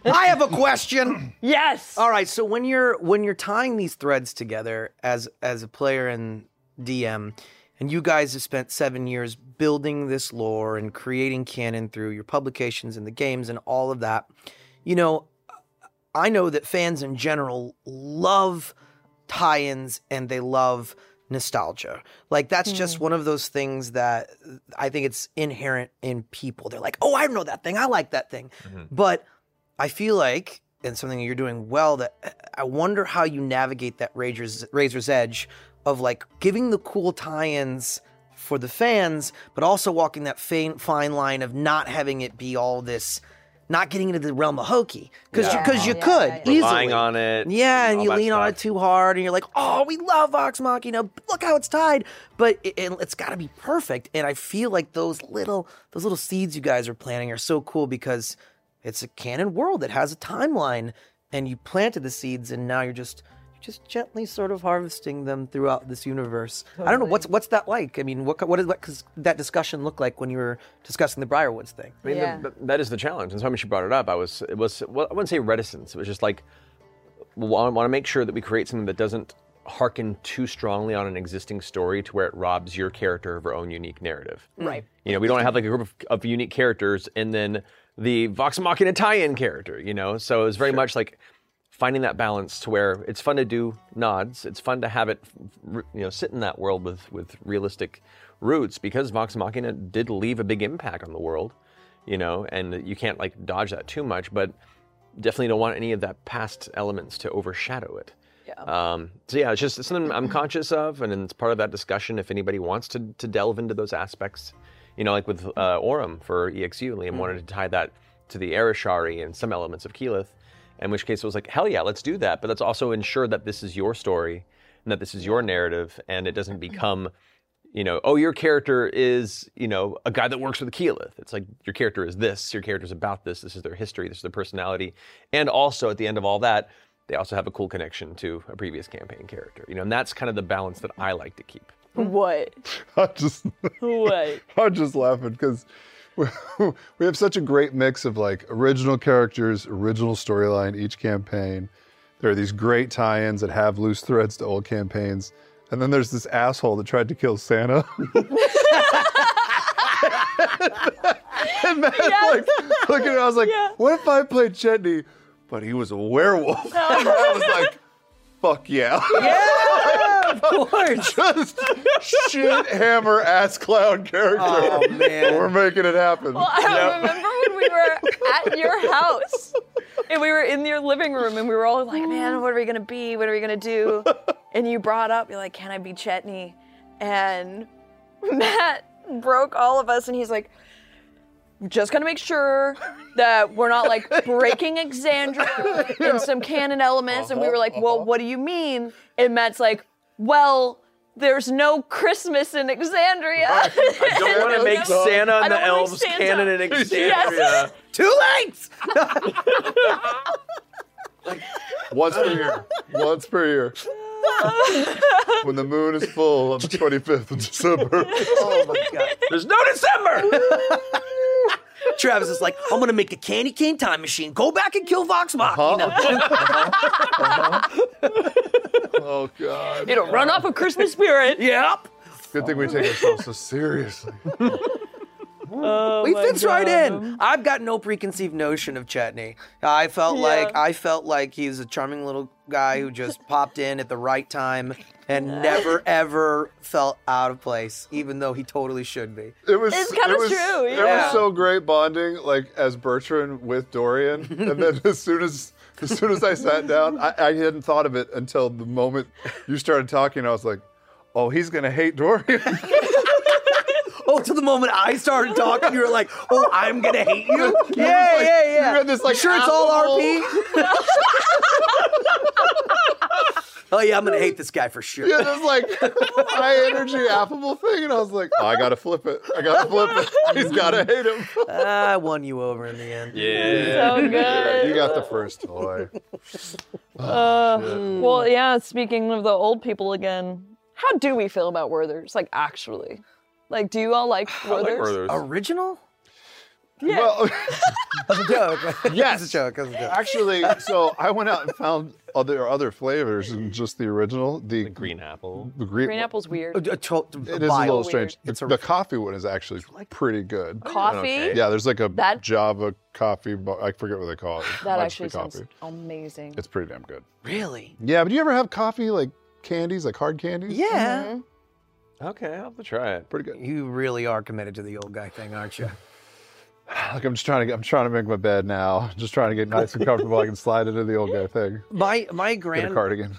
Speaker 6: I have a question.
Speaker 2: Yes.
Speaker 6: All right, so when you're when you're tying these threads together as as a player and DM, and you guys have spent seven years building this lore and creating canon through your publications and the games and all of that, you know, I know that fans in general love tie-ins and they love nostalgia. Like that's just one of those things that I think it's inherent in people. They're like, "Oh, I know that thing. I like that thing." But I feel like and something you're doing well that uh, I wonder how you navigate that razor's, razor's edge of like giving the cool tie-ins for the fans, but also walking that fine, fine line of not having it be all this not getting into the realm of hokey because
Speaker 2: Yeah.
Speaker 6: you, cause you
Speaker 2: Yeah,
Speaker 6: could
Speaker 2: yeah, yeah.
Speaker 6: easily.
Speaker 3: Relying on it.
Speaker 6: Yeah, and
Speaker 3: all
Speaker 6: you
Speaker 3: that
Speaker 6: lean on it
Speaker 3: stuff.
Speaker 6: too hard, and you're like, "Oh, we love Vox Machina. Look how it's tied." But it, it, has got to be perfect. And I feel like those little those little seeds you guys are planting are so cool because it's a canon world that has a timeline, and you planted the seeds, and now you're just you're just gently sort of harvesting them throughout this universe. I don't know what's what's that like. I mean, what co- what is what does that discussion look like when you were discussing the Briarwoods thing?
Speaker 3: I mean, the-
Speaker 2: Yeah.
Speaker 3: th- that is the challenge. And so when she brought it up, I was, it was, well, I wouldn't say reticence. It was just like, well, I want to make sure that we create something that doesn't harken too strongly on an existing story to where it robs your character of her own unique narrative.
Speaker 2: Mm. Right.
Speaker 3: You know, we don't have like a group of, of unique characters and then the Vox Machina tie-in character. You know, so it was very much like finding that balance to where it's fun to do nods. It's fun to have it, r- you know, sit in that world with with realistic roots because Vox Machina did leave a big impact on the world. You know, and you can't like dodge that too much, but definitely don't want any of that past elements to overshadow it. Um, so yeah, it's just it's something I'm conscious of, and it's part of that discussion. If anybody wants to to delve into those aspects, you know, like with uh, Orem for EXU, Liam wanted to tie that to the Erishari and some elements of Keyleth. In which case, it was like, hell yeah, let's do that. But let's also ensure that this is your story and that this is your narrative, and it doesn't become, you know, oh, your character is, you know, a guy that works with Keyleth. It's like your character is this, your character's about this, this is their history, this is their personality, and also at the end of all that, they also have a cool connection to a previous campaign character, you know, and that's kind of the balance that I like to keep.
Speaker 2: What?
Speaker 4: I just
Speaker 2: What?
Speaker 4: I'm just laughing because we we have such a great mix of like original characters, original storyline, each campaign. There are these great tie ins that have loose threads to old campaigns. And then there's this asshole that tried to kill Santa. and then, like, looking at it, I was like, what if I played Chetney, but he was a werewolf? And I was like, fuck yeah.
Speaker 6: Of course.
Speaker 4: Just shit hammer ass clown character.
Speaker 6: Oh, man.
Speaker 4: We're making it happen.
Speaker 2: Well, I remember when we were at your house and we were in your living room and we were all like, man, what are we going to be? What are we going to do? And you brought up, you're like, can I be Chetney? And Matt broke all of us and he's like, just gonna make sure that we're not like breaking Exandria in some canon elements. And we
Speaker 3: Uh-huh,
Speaker 2: were like, well, what do you mean? And Matt's like, well, there's no Christmas in Exandria.
Speaker 3: I don't want to make Santa
Speaker 2: I
Speaker 3: and
Speaker 2: don't wanna make
Speaker 3: the elves
Speaker 2: Santa.
Speaker 3: canon and Exandria.
Speaker 2: Yes.
Speaker 6: Two links.
Speaker 4: Once per year. Once per year. when the moon is full on the 25th of December.
Speaker 6: Oh my god.
Speaker 3: There's no December!
Speaker 6: Travis is like, I'm gonna make the candy cane time machine. Go back and kill Vox Machina.
Speaker 4: Uh-huh. Oh, God.
Speaker 2: It'll run off a Christmas spirit.
Speaker 6: Yep.
Speaker 4: Good thing we take ourselves so seriously.
Speaker 6: he fits right in. I've got no preconceived notion of Chetney. I felt like I felt like he was a charming little guy who just popped in at the right time and never ever felt out of place, even though he totally should be.
Speaker 4: It was,
Speaker 2: It's kinda
Speaker 4: it was,
Speaker 2: true,
Speaker 4: It
Speaker 2: yeah.
Speaker 4: was so great bonding, like as Bertrand with Dorian. And then as soon as as soon as I sat down, I, I hadn't thought of it until the moment you started talking. I was like, oh, he's going to hate Dorian.
Speaker 6: Oh, to the moment I started talking, you were like, "Oh, I'm gonna hate you." yeah, yeah, yeah.
Speaker 4: you had this, like,
Speaker 6: sure, it's all
Speaker 4: asshole-
Speaker 6: RP. oh yeah, I'm gonna hate this guy for sure.
Speaker 4: Yeah, this like high energy affable thing, and I was like, oh, I gotta flip it. I gotta flip it. He's gotta hate him.
Speaker 6: I won you over in the end.
Speaker 3: Yeah.
Speaker 2: So good. Uh,
Speaker 4: You got the first toy.
Speaker 2: Well, yeah, speaking of the old people again, how do we feel about Werthers? Like, actually? Like, do you all like Werthers?
Speaker 6: Original?
Speaker 2: Yeah.
Speaker 4: Well,
Speaker 6: That's a joke.
Speaker 4: Yes.
Speaker 6: That's a joke. That's a joke.
Speaker 4: actually, so I went out and found other other flavors than just the original. The,
Speaker 3: The green apple.
Speaker 4: the green,
Speaker 2: Green apple's weird.
Speaker 6: A- a to-
Speaker 4: It is a
Speaker 6: vile.
Speaker 4: little strange.
Speaker 6: It's
Speaker 4: The,
Speaker 6: a-
Speaker 4: the coffee one is actually pretty good.
Speaker 2: Coffee?
Speaker 3: Okay.
Speaker 4: Yeah, there's like a
Speaker 2: Oh, That-
Speaker 4: Java coffee. Bar. I forget what they call it.
Speaker 2: That
Speaker 4: Lunch
Speaker 2: actually
Speaker 4: for coffee.
Speaker 2: sounds amazing.
Speaker 4: It's pretty damn good.
Speaker 6: Really?
Speaker 4: Yeah, but do you ever have coffee like candies, like hard candies?
Speaker 6: Yeah.
Speaker 2: Mm-hmm.
Speaker 3: Okay, I'll have to try it.
Speaker 4: pretty good.
Speaker 6: Mm-hmm. You really are committed to the old guy thing, aren't you?
Speaker 4: Like I'm just trying to get, I'm trying to make my bed now. Just trying to get nice and comfortable. I can slide into the old guy thing.
Speaker 6: My my
Speaker 4: Get a
Speaker 6: grand
Speaker 4: cardigan.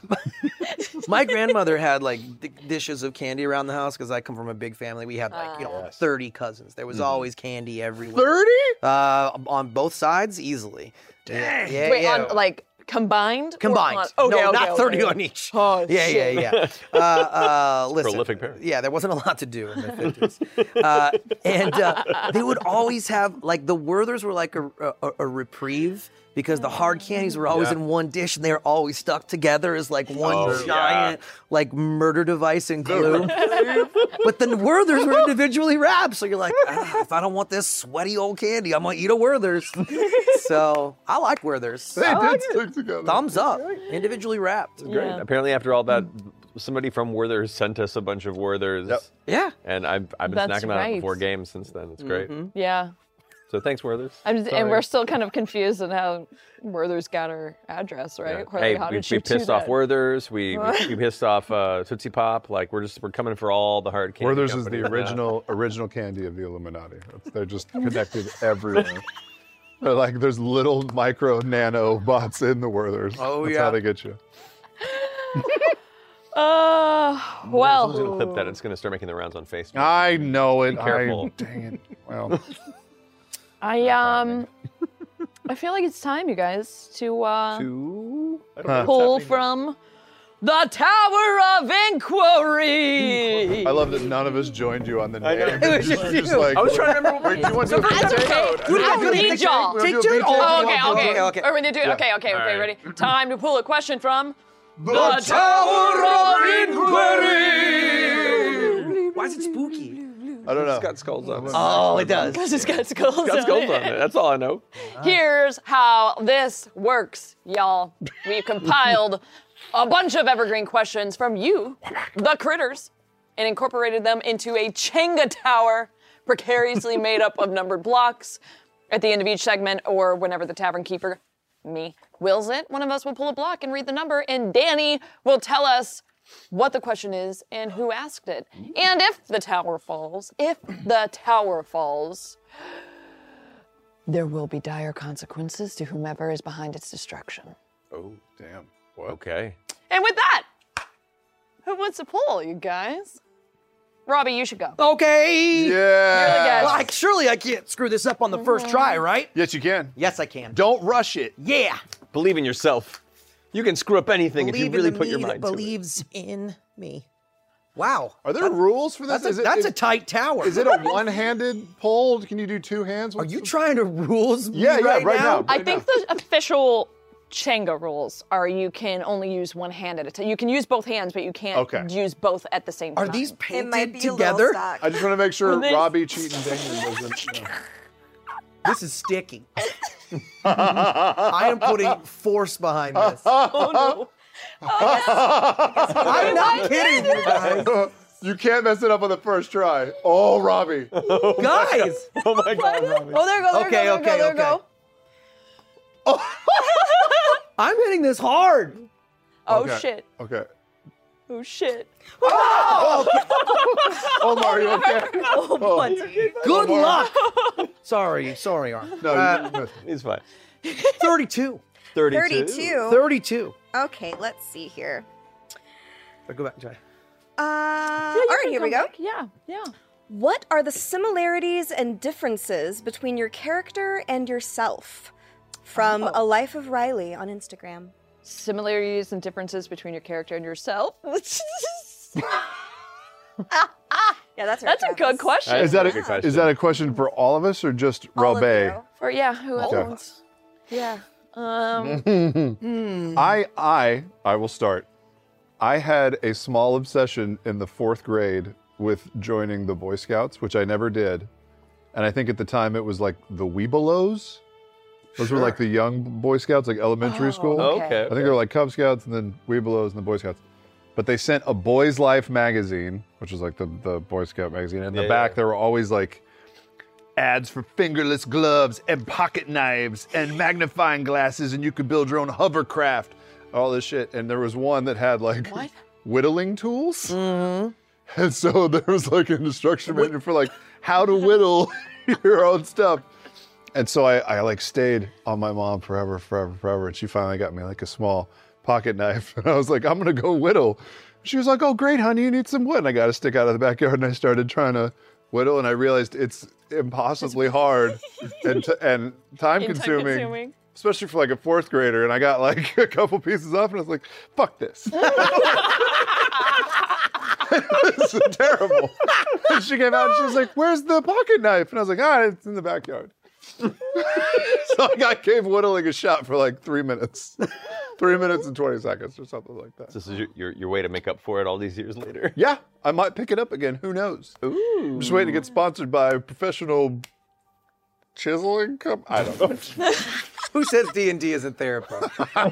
Speaker 6: My grandmother had like d- dishes of candy around the house because I come from a big family. We had like you know
Speaker 2: Ah.
Speaker 4: Yes.
Speaker 6: thirty cousins. There was always candy everywhere.
Speaker 4: Thirty?
Speaker 6: Uh, on both sides, easily. Yeah, yeah,
Speaker 2: Wait,
Speaker 6: yeah.
Speaker 2: on like combined? or
Speaker 6: combined.
Speaker 2: on- okay,
Speaker 6: no,
Speaker 2: okay,
Speaker 6: not
Speaker 2: okay,
Speaker 6: thirty
Speaker 2: okay.
Speaker 6: on each.
Speaker 2: Oh,
Speaker 6: yeah,
Speaker 2: shit.
Speaker 6: yeah, yeah, Uh, uh, listen,
Speaker 3: prolific parent.
Speaker 6: Yeah, there wasn't a lot to do in the fifties, uh, and uh, they would always have like the Werthers were like a, a, a reprieve because the hard candies were always
Speaker 3: Yeah.
Speaker 6: in one dish and they were always stuck together as like one
Speaker 3: Oh, yeah.
Speaker 6: giant like murder device and glue. but the Werthers were individually wrapped, so you're like, "Ah, if I don't want this sweaty old candy, I'm gonna eat a Werthers. so I like Werthers.
Speaker 4: They did stick together.
Speaker 6: Thumbs up, individually wrapped.
Speaker 3: Great. Apparently, after all that,
Speaker 2: Mm-hmm.
Speaker 3: somebody from Werther's sent us a bunch of Werther's,
Speaker 4: Yep.
Speaker 6: Yeah.
Speaker 3: and I've, I've been
Speaker 2: That's
Speaker 3: snacking on it
Speaker 2: right.
Speaker 3: before games since then. It's great.
Speaker 2: Yeah.
Speaker 3: So thanks, Werther's.
Speaker 2: I'm just, and
Speaker 3: Sorry.
Speaker 2: we're still kind of confused on how Werther's got her address, right?
Speaker 3: Yeah.
Speaker 2: Carly,
Speaker 3: Hey,
Speaker 2: how
Speaker 3: we,
Speaker 2: did she
Speaker 3: we
Speaker 2: do
Speaker 3: pissed off
Speaker 2: that?
Speaker 3: Werther's. We, we we pissed off uh, Tootsie Pop. Like we're just we're coming for all the hard candy.
Speaker 4: Werther's is the
Speaker 3: companies now.
Speaker 4: original original candy of the Illuminati. It's- They're just connected everywhere. They're like there's little micro nano bots in the Werther's.
Speaker 6: Oh,
Speaker 4: That's
Speaker 6: yeah.
Speaker 4: how they get you.
Speaker 2: Uh,
Speaker 3: Well, I'm gonna
Speaker 2: well,
Speaker 3: clip that. It's gonna start making the rounds on Facebook.
Speaker 4: I know it.
Speaker 3: Be careful.
Speaker 4: I dang it. Well,
Speaker 2: I um, I feel like it's time, you guys, to uh,
Speaker 3: Two. I don't know
Speaker 4: Huh.
Speaker 3: what's
Speaker 2: pull
Speaker 3: happening.
Speaker 2: from the Tower of Inquiry.
Speaker 4: I love that none of us joined you on the
Speaker 3: I know.
Speaker 4: name.
Speaker 3: It
Speaker 6: was just
Speaker 4: You're
Speaker 6: you.
Speaker 4: like,
Speaker 3: I was trying to remember. What
Speaker 4: Do you want to do a
Speaker 2: That's
Speaker 4: BJ?
Speaker 2: okay.
Speaker 4: Do you
Speaker 2: I
Speaker 4: want to do a
Speaker 2: need
Speaker 4: BJ?
Speaker 2: y'all.
Speaker 4: Do you
Speaker 6: Take
Speaker 4: want to do a BJ?
Speaker 6: two.
Speaker 2: Oh,
Speaker 6: Oh,
Speaker 2: okay,
Speaker 6: okay,
Speaker 2: okay,
Speaker 6: okay, okay.
Speaker 2: Or we need to do- okay, okay, okay,
Speaker 3: Alright.
Speaker 2: ready? Time to pull a question from
Speaker 4: The
Speaker 6: Why is it spooky?
Speaker 4: I don't know.
Speaker 3: Got skulls on it.
Speaker 6: Oh, it does.
Speaker 2: Just got skulls
Speaker 3: Got
Speaker 2: on
Speaker 3: skulls
Speaker 2: it.
Speaker 3: on it. That's all I know.
Speaker 2: Here's how this works, y'all. We've compiled a bunch of evergreen questions from you, the critters, and incorporated them into a Chenga tower, precariously made up of numbered blocks. At the end of each segment, or whenever the tavern keeper, me, wills it, one of us will pull a block and read the number, and Danny will tell us what the question is and who asked it. And if the tower falls, if the tower falls, there will be dire consequences to whomever is behind its destruction.
Speaker 3: Oh,
Speaker 4: Damn.
Speaker 3: okay.
Speaker 2: And with that, who wants to pull, you guys? Robbie, you should go.
Speaker 6: Okay.
Speaker 4: Yeah.
Speaker 2: guess.
Speaker 6: Well, I, surely I can't screw this up on the first try, right?
Speaker 4: Yes, you can.
Speaker 6: Yes, I can.
Speaker 4: Uh-huh. Don't rush it.
Speaker 6: Yeah.
Speaker 3: Believe in yourself. You can screw up anything
Speaker 6: Believe
Speaker 3: if you really
Speaker 6: in the
Speaker 3: put
Speaker 6: me
Speaker 3: your
Speaker 6: that
Speaker 3: mind to it.
Speaker 6: believes in me. Wow.
Speaker 4: Are there rules for this?
Speaker 6: That's, a,
Speaker 4: Is it-
Speaker 6: that's
Speaker 4: is-
Speaker 6: a tight tower.
Speaker 4: Is it a one-handed pull? Can you do two hands?
Speaker 6: Are you trying to rules me
Speaker 4: Yeah, yeah,
Speaker 6: right,
Speaker 4: right
Speaker 6: now?
Speaker 4: now.
Speaker 2: I think the official Chenga rules are you can only use one hand at a time. You can use both hands, but you can't
Speaker 4: Okay.
Speaker 2: use both at the same
Speaker 6: Are
Speaker 2: time.
Speaker 6: these
Speaker 5: It might
Speaker 6: painted
Speaker 5: be a little
Speaker 6: together?
Speaker 5: stuck.
Speaker 4: I just want to make sure
Speaker 2: Well, there's-
Speaker 4: Robbie cheating Daniel wasn't. no.
Speaker 6: This is sticky. I am putting force behind this.
Speaker 4: Oh,
Speaker 5: Oh,
Speaker 6: I'm not kidding you guys.
Speaker 4: you can't mess it up on the first try. Oh, Robbie.
Speaker 6: Guys,
Speaker 3: Oh my God, Robbie.
Speaker 2: Oh, there you go, there you go,
Speaker 6: Okay,
Speaker 2: there you go,
Speaker 6: okay,
Speaker 2: there you
Speaker 6: okay.
Speaker 2: go.
Speaker 6: I'm hitting this hard.
Speaker 2: Oh
Speaker 4: Okay.
Speaker 2: shit.
Speaker 4: Okay.
Speaker 2: Oh shit.
Speaker 4: Omar, you okay? Oh,
Speaker 6: Good luck. Sorry, sorry, Arm.
Speaker 4: No,
Speaker 3: Uh,
Speaker 4: you- no.
Speaker 3: He's fine.
Speaker 6: 32.
Speaker 3: 32.
Speaker 5: 32.
Speaker 6: 32.
Speaker 5: Okay, let's see here.
Speaker 6: Or go back and try.
Speaker 5: Uh, all right, here we go.
Speaker 2: Yeah, yeah.
Speaker 5: What are the similarities and differences between your character and yourself? From A Life of Riley on Instagram.
Speaker 2: Similarities and differences between your character and yourself.
Speaker 5: Yeah, that's her,
Speaker 2: That's a
Speaker 5: Travis.
Speaker 2: good question.
Speaker 4: Is that,
Speaker 3: Good
Speaker 4: a,
Speaker 3: question.
Speaker 4: is that a question for all of us or just
Speaker 5: All of
Speaker 4: Robbie?
Speaker 5: you.
Speaker 2: Or yeah, who
Speaker 4: Okay.
Speaker 2: owns? Yeah. Um,
Speaker 4: I I I will start. I had a small obsession in the fourth grade with joining the Boy Scouts, which I never did. And I think at the time it was like the Weebelows. Those were like the young Boy Scouts, like elementary school.
Speaker 3: Okay.
Speaker 2: Okay.
Speaker 4: I think they were like Cub Scouts and then Weebelows and the Boy Scouts. But they sent a Boys Life magazine, which was like the, the Boy Scout magazine. In the
Speaker 3: Yeah,
Speaker 4: back,
Speaker 3: yeah.
Speaker 4: there were always like ads for fingerless gloves and pocket knives and magnifying glasses, and you could build your own hovercraft, all this shit. And there was one that had like whittling tools. And so there was like an instruction manual for like how to whittle your own stuff. And so I, I like stayed on my mom forever, forever, forever. And she finally got me like a small pocket knife. And I was like, I'm going to go whittle. She was like, Oh, great, honey, you need some wood. And I got a stick out of the backyard and I started trying to whittle. And I realized it's impossibly hard and, t- and time consuming,
Speaker 2: consuming.
Speaker 4: especially for like a fourth grader. And I got like a couple pieces off and I was like, Fuck this. this is terrible. And she came out and she was like, Where's the pocket knife? And I was like, Ah, it's in the backyard. so I got gave whittling a shot for like three minutes, three minutes and 20 seconds or something like that.
Speaker 3: This is your, your, your way to make up for it all these years later.
Speaker 4: Yeah, I might pick it up again. Who knows? I'm just waiting to get sponsored by a professional chiseling company. I don't know.
Speaker 6: Who says D and D isn't therapy?
Speaker 4: I'm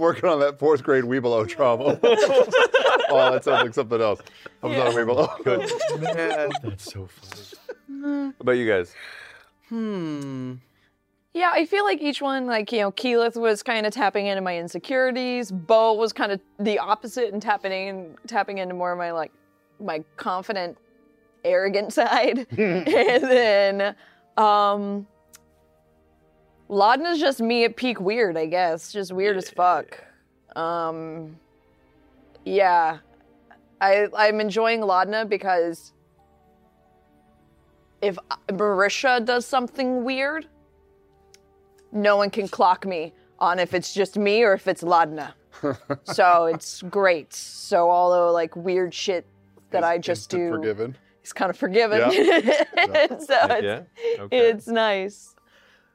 Speaker 4: working on that fourth grade Weebelo trauma. oh, that sounds like something else. I'm not a Weebelo.
Speaker 6: Man.
Speaker 3: That's so funny. How about you guys?
Speaker 6: Hmm.
Speaker 2: Yeah, I feel like each one, like, you know, Keyleth was kind of tapping into my insecurities. Bo was kind of the opposite and tapping in, tapping into more of my, like, my confident, arrogant side. and then, um, Laudna's just me at peak weird, I guess. Just weird as fuck. Um, yeah. I, I'm enjoying Laudna because if Marisha does something weird, no one can clock me on if it's just me or if it's Ladna. so it's great. So all the like weird shit that I just
Speaker 4: Instant
Speaker 2: do
Speaker 4: Forgiven.
Speaker 2: is kind of forgiven.
Speaker 4: Yeah.
Speaker 2: so it's,
Speaker 3: Yeah.
Speaker 2: it's nice.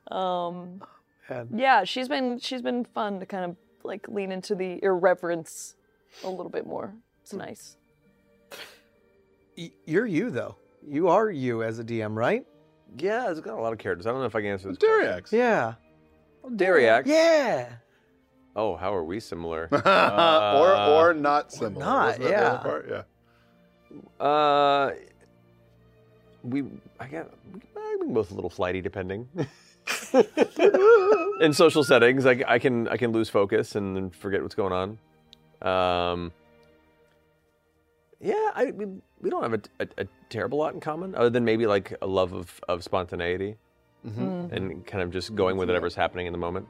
Speaker 2: Um, yeah, she's been she's been fun to kind of like lean into the irreverence a little bit more.
Speaker 6: Mm.
Speaker 2: It's nice.
Speaker 6: Y- You're you though. You are you as a DM, right?
Speaker 3: Yeah, it's got a lot of characters. I don't know if I can answer this.
Speaker 4: Dariax.
Speaker 6: Yeah.
Speaker 3: question. Dariax.
Speaker 6: Yeah.
Speaker 3: Oh, how are we similar?
Speaker 4: or Uh, or not similar.
Speaker 6: not,
Speaker 4: Wasn't that the
Speaker 6: yeah.
Speaker 4: other part? Yeah.
Speaker 3: Uh, we I got we, I think both a little flighty depending. In social settings, I, I can I can lose focus and then forget what's going on. Um, yeah, I we, we don't have a, a, a terrible lot in common other than maybe like a love of of spontaneity and kind of just going with whatever's happening in the moment.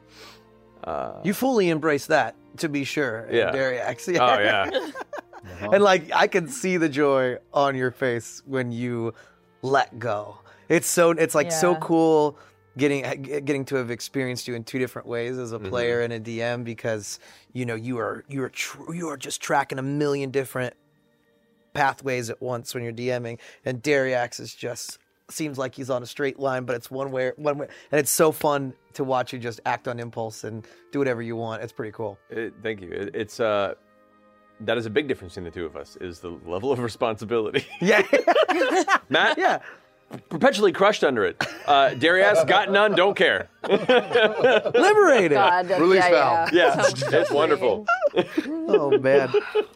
Speaker 3: Uh,
Speaker 6: You fully embrace that, to be sure. in
Speaker 3: Yeah.
Speaker 6: Dariax.
Speaker 3: oh yeah,
Speaker 6: And like I can see the joy on your face when you let go. It's so it's like so
Speaker 2: Yeah.
Speaker 6: cool getting getting to have experienced you in two different ways as a player and a DM because you know you are you are tr- you are just tracking a million different pathways at once when you're DMing and Dariax is just seems like he's on a straight line but it's one way one way and it's so fun to watch you just act on impulse and do whatever you want. It's pretty cool.
Speaker 3: It, thank you. It, it's uh, that is a big difference between the two of us is the level of responsibility.
Speaker 6: Yeah.
Speaker 3: Matt
Speaker 6: yeah.
Speaker 3: perpetually crushed under it. Uh, Darius got none. Don't care.
Speaker 6: Liberated.
Speaker 2: Oh, God, that-
Speaker 4: Release
Speaker 2: yeah,
Speaker 4: valve.
Speaker 2: yeah.
Speaker 3: Yeah, it's wonderful.
Speaker 6: Oh man.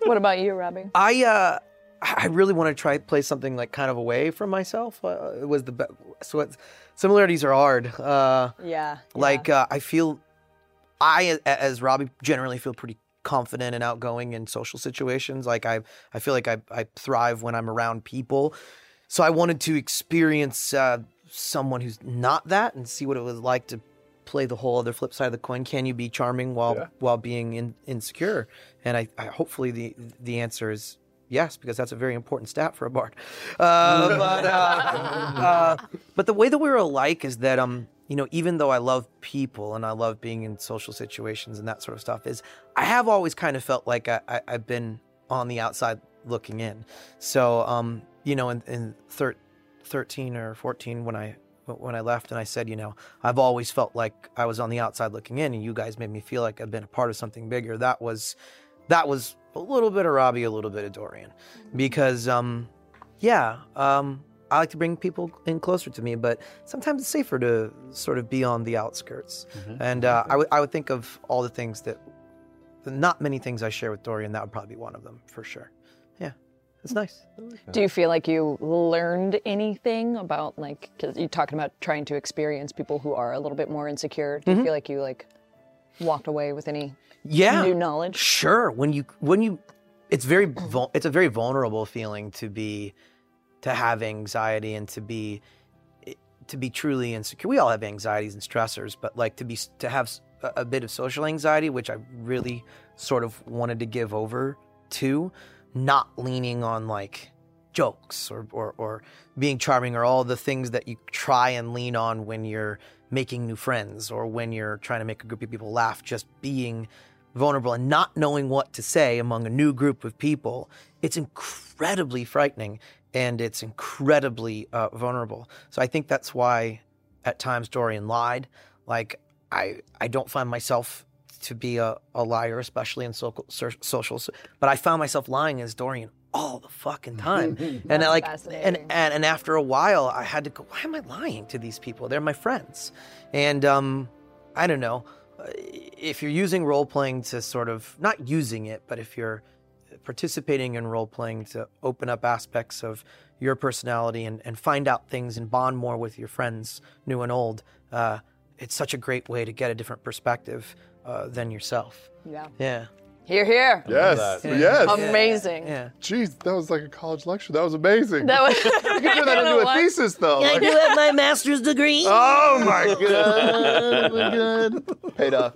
Speaker 2: What about you, Robbie?
Speaker 6: I uh, I really want to try play something like kind of away from myself. Uh, it was the be- so it's, similarities are hard. Uh,
Speaker 2: Yeah.
Speaker 6: like uh, I feel, I a- as Robbie generally feel pretty confident and outgoing in social situations. Like I I feel like I I thrive when I'm around people. So I wanted to experience uh, someone who's not that and see what it was like to play the whole other flip side of the coin. Can you be charming while while being in, insecure? And I, I hopefully the the answer is yes because that's a very important stat for a bard. Uh, but uh, uh, but the way that we're alike is that um you know even though I love people and I love being in social situations and that sort of stuff is I have always kind of felt like I, I I've been on the outside looking in. So um you know in in thir- 13 or 14 when I when I left and I said, you know, I've always felt like I was on the outside looking in and you guys made me feel like I've been a part of something bigger. That was that was a little bit of Robbie, a little bit of Dorian. Because um yeah, um I like to bring people in closer to me, but sometimes it's safer to sort of be on the outskirts. And uh, I would I would think of all the things that not many things I share with Dorian, that would probably be one of them for sure. Yeah. It's nice.
Speaker 2: Do you feel like you learned anything about like cuz you're talking about trying to experience people who are a little bit more insecure? Do you feel like you like walked away with any
Speaker 6: Yeah.
Speaker 2: new knowledge?
Speaker 6: Sure. When you when you, it's very vul- it's a very vulnerable feeling to be, to have anxiety and to be, to be truly insecure. We all have anxieties and stressors, but like to be to have s- a, a bit of social anxiety, which I really sort of wanted to give over to, not leaning on like jokes or, or, or being charming or all the things that you try and lean on when you're making new friends or when you're trying to make a group of people laugh, just being vulnerable and not knowing what to say among a new group of people, it's incredibly frightening and it's incredibly uh, vulnerable. So I think that's why at times Dorian lied. Like I, I don't find myself to be a, a liar, especially in social, social, but I found myself lying as Dorian all the fucking time. and I, like, and,
Speaker 2: fascinating.
Speaker 6: and and after a while, I had to go. Why am I lying to these people? They're my friends, and um, I don't know. uh, If you're using role playing to sort of not using it, but if you're participating in role playing to open up aspects of your personality and, and find out things and bond more with your friends, new and old, uh, it's such a great way to get a different perspective uh, than yourself.
Speaker 2: Yeah.
Speaker 6: Yeah.
Speaker 2: Here, here.
Speaker 4: Yes, yes.
Speaker 2: Um, Amazing.
Speaker 6: Yeah.
Speaker 4: Jeez, that was like a college lecture. That was amazing.
Speaker 2: That was.
Speaker 4: you could turn that into a thesis, though. Like,
Speaker 8: have my master's degree.
Speaker 4: oh my god, my god. Paid off.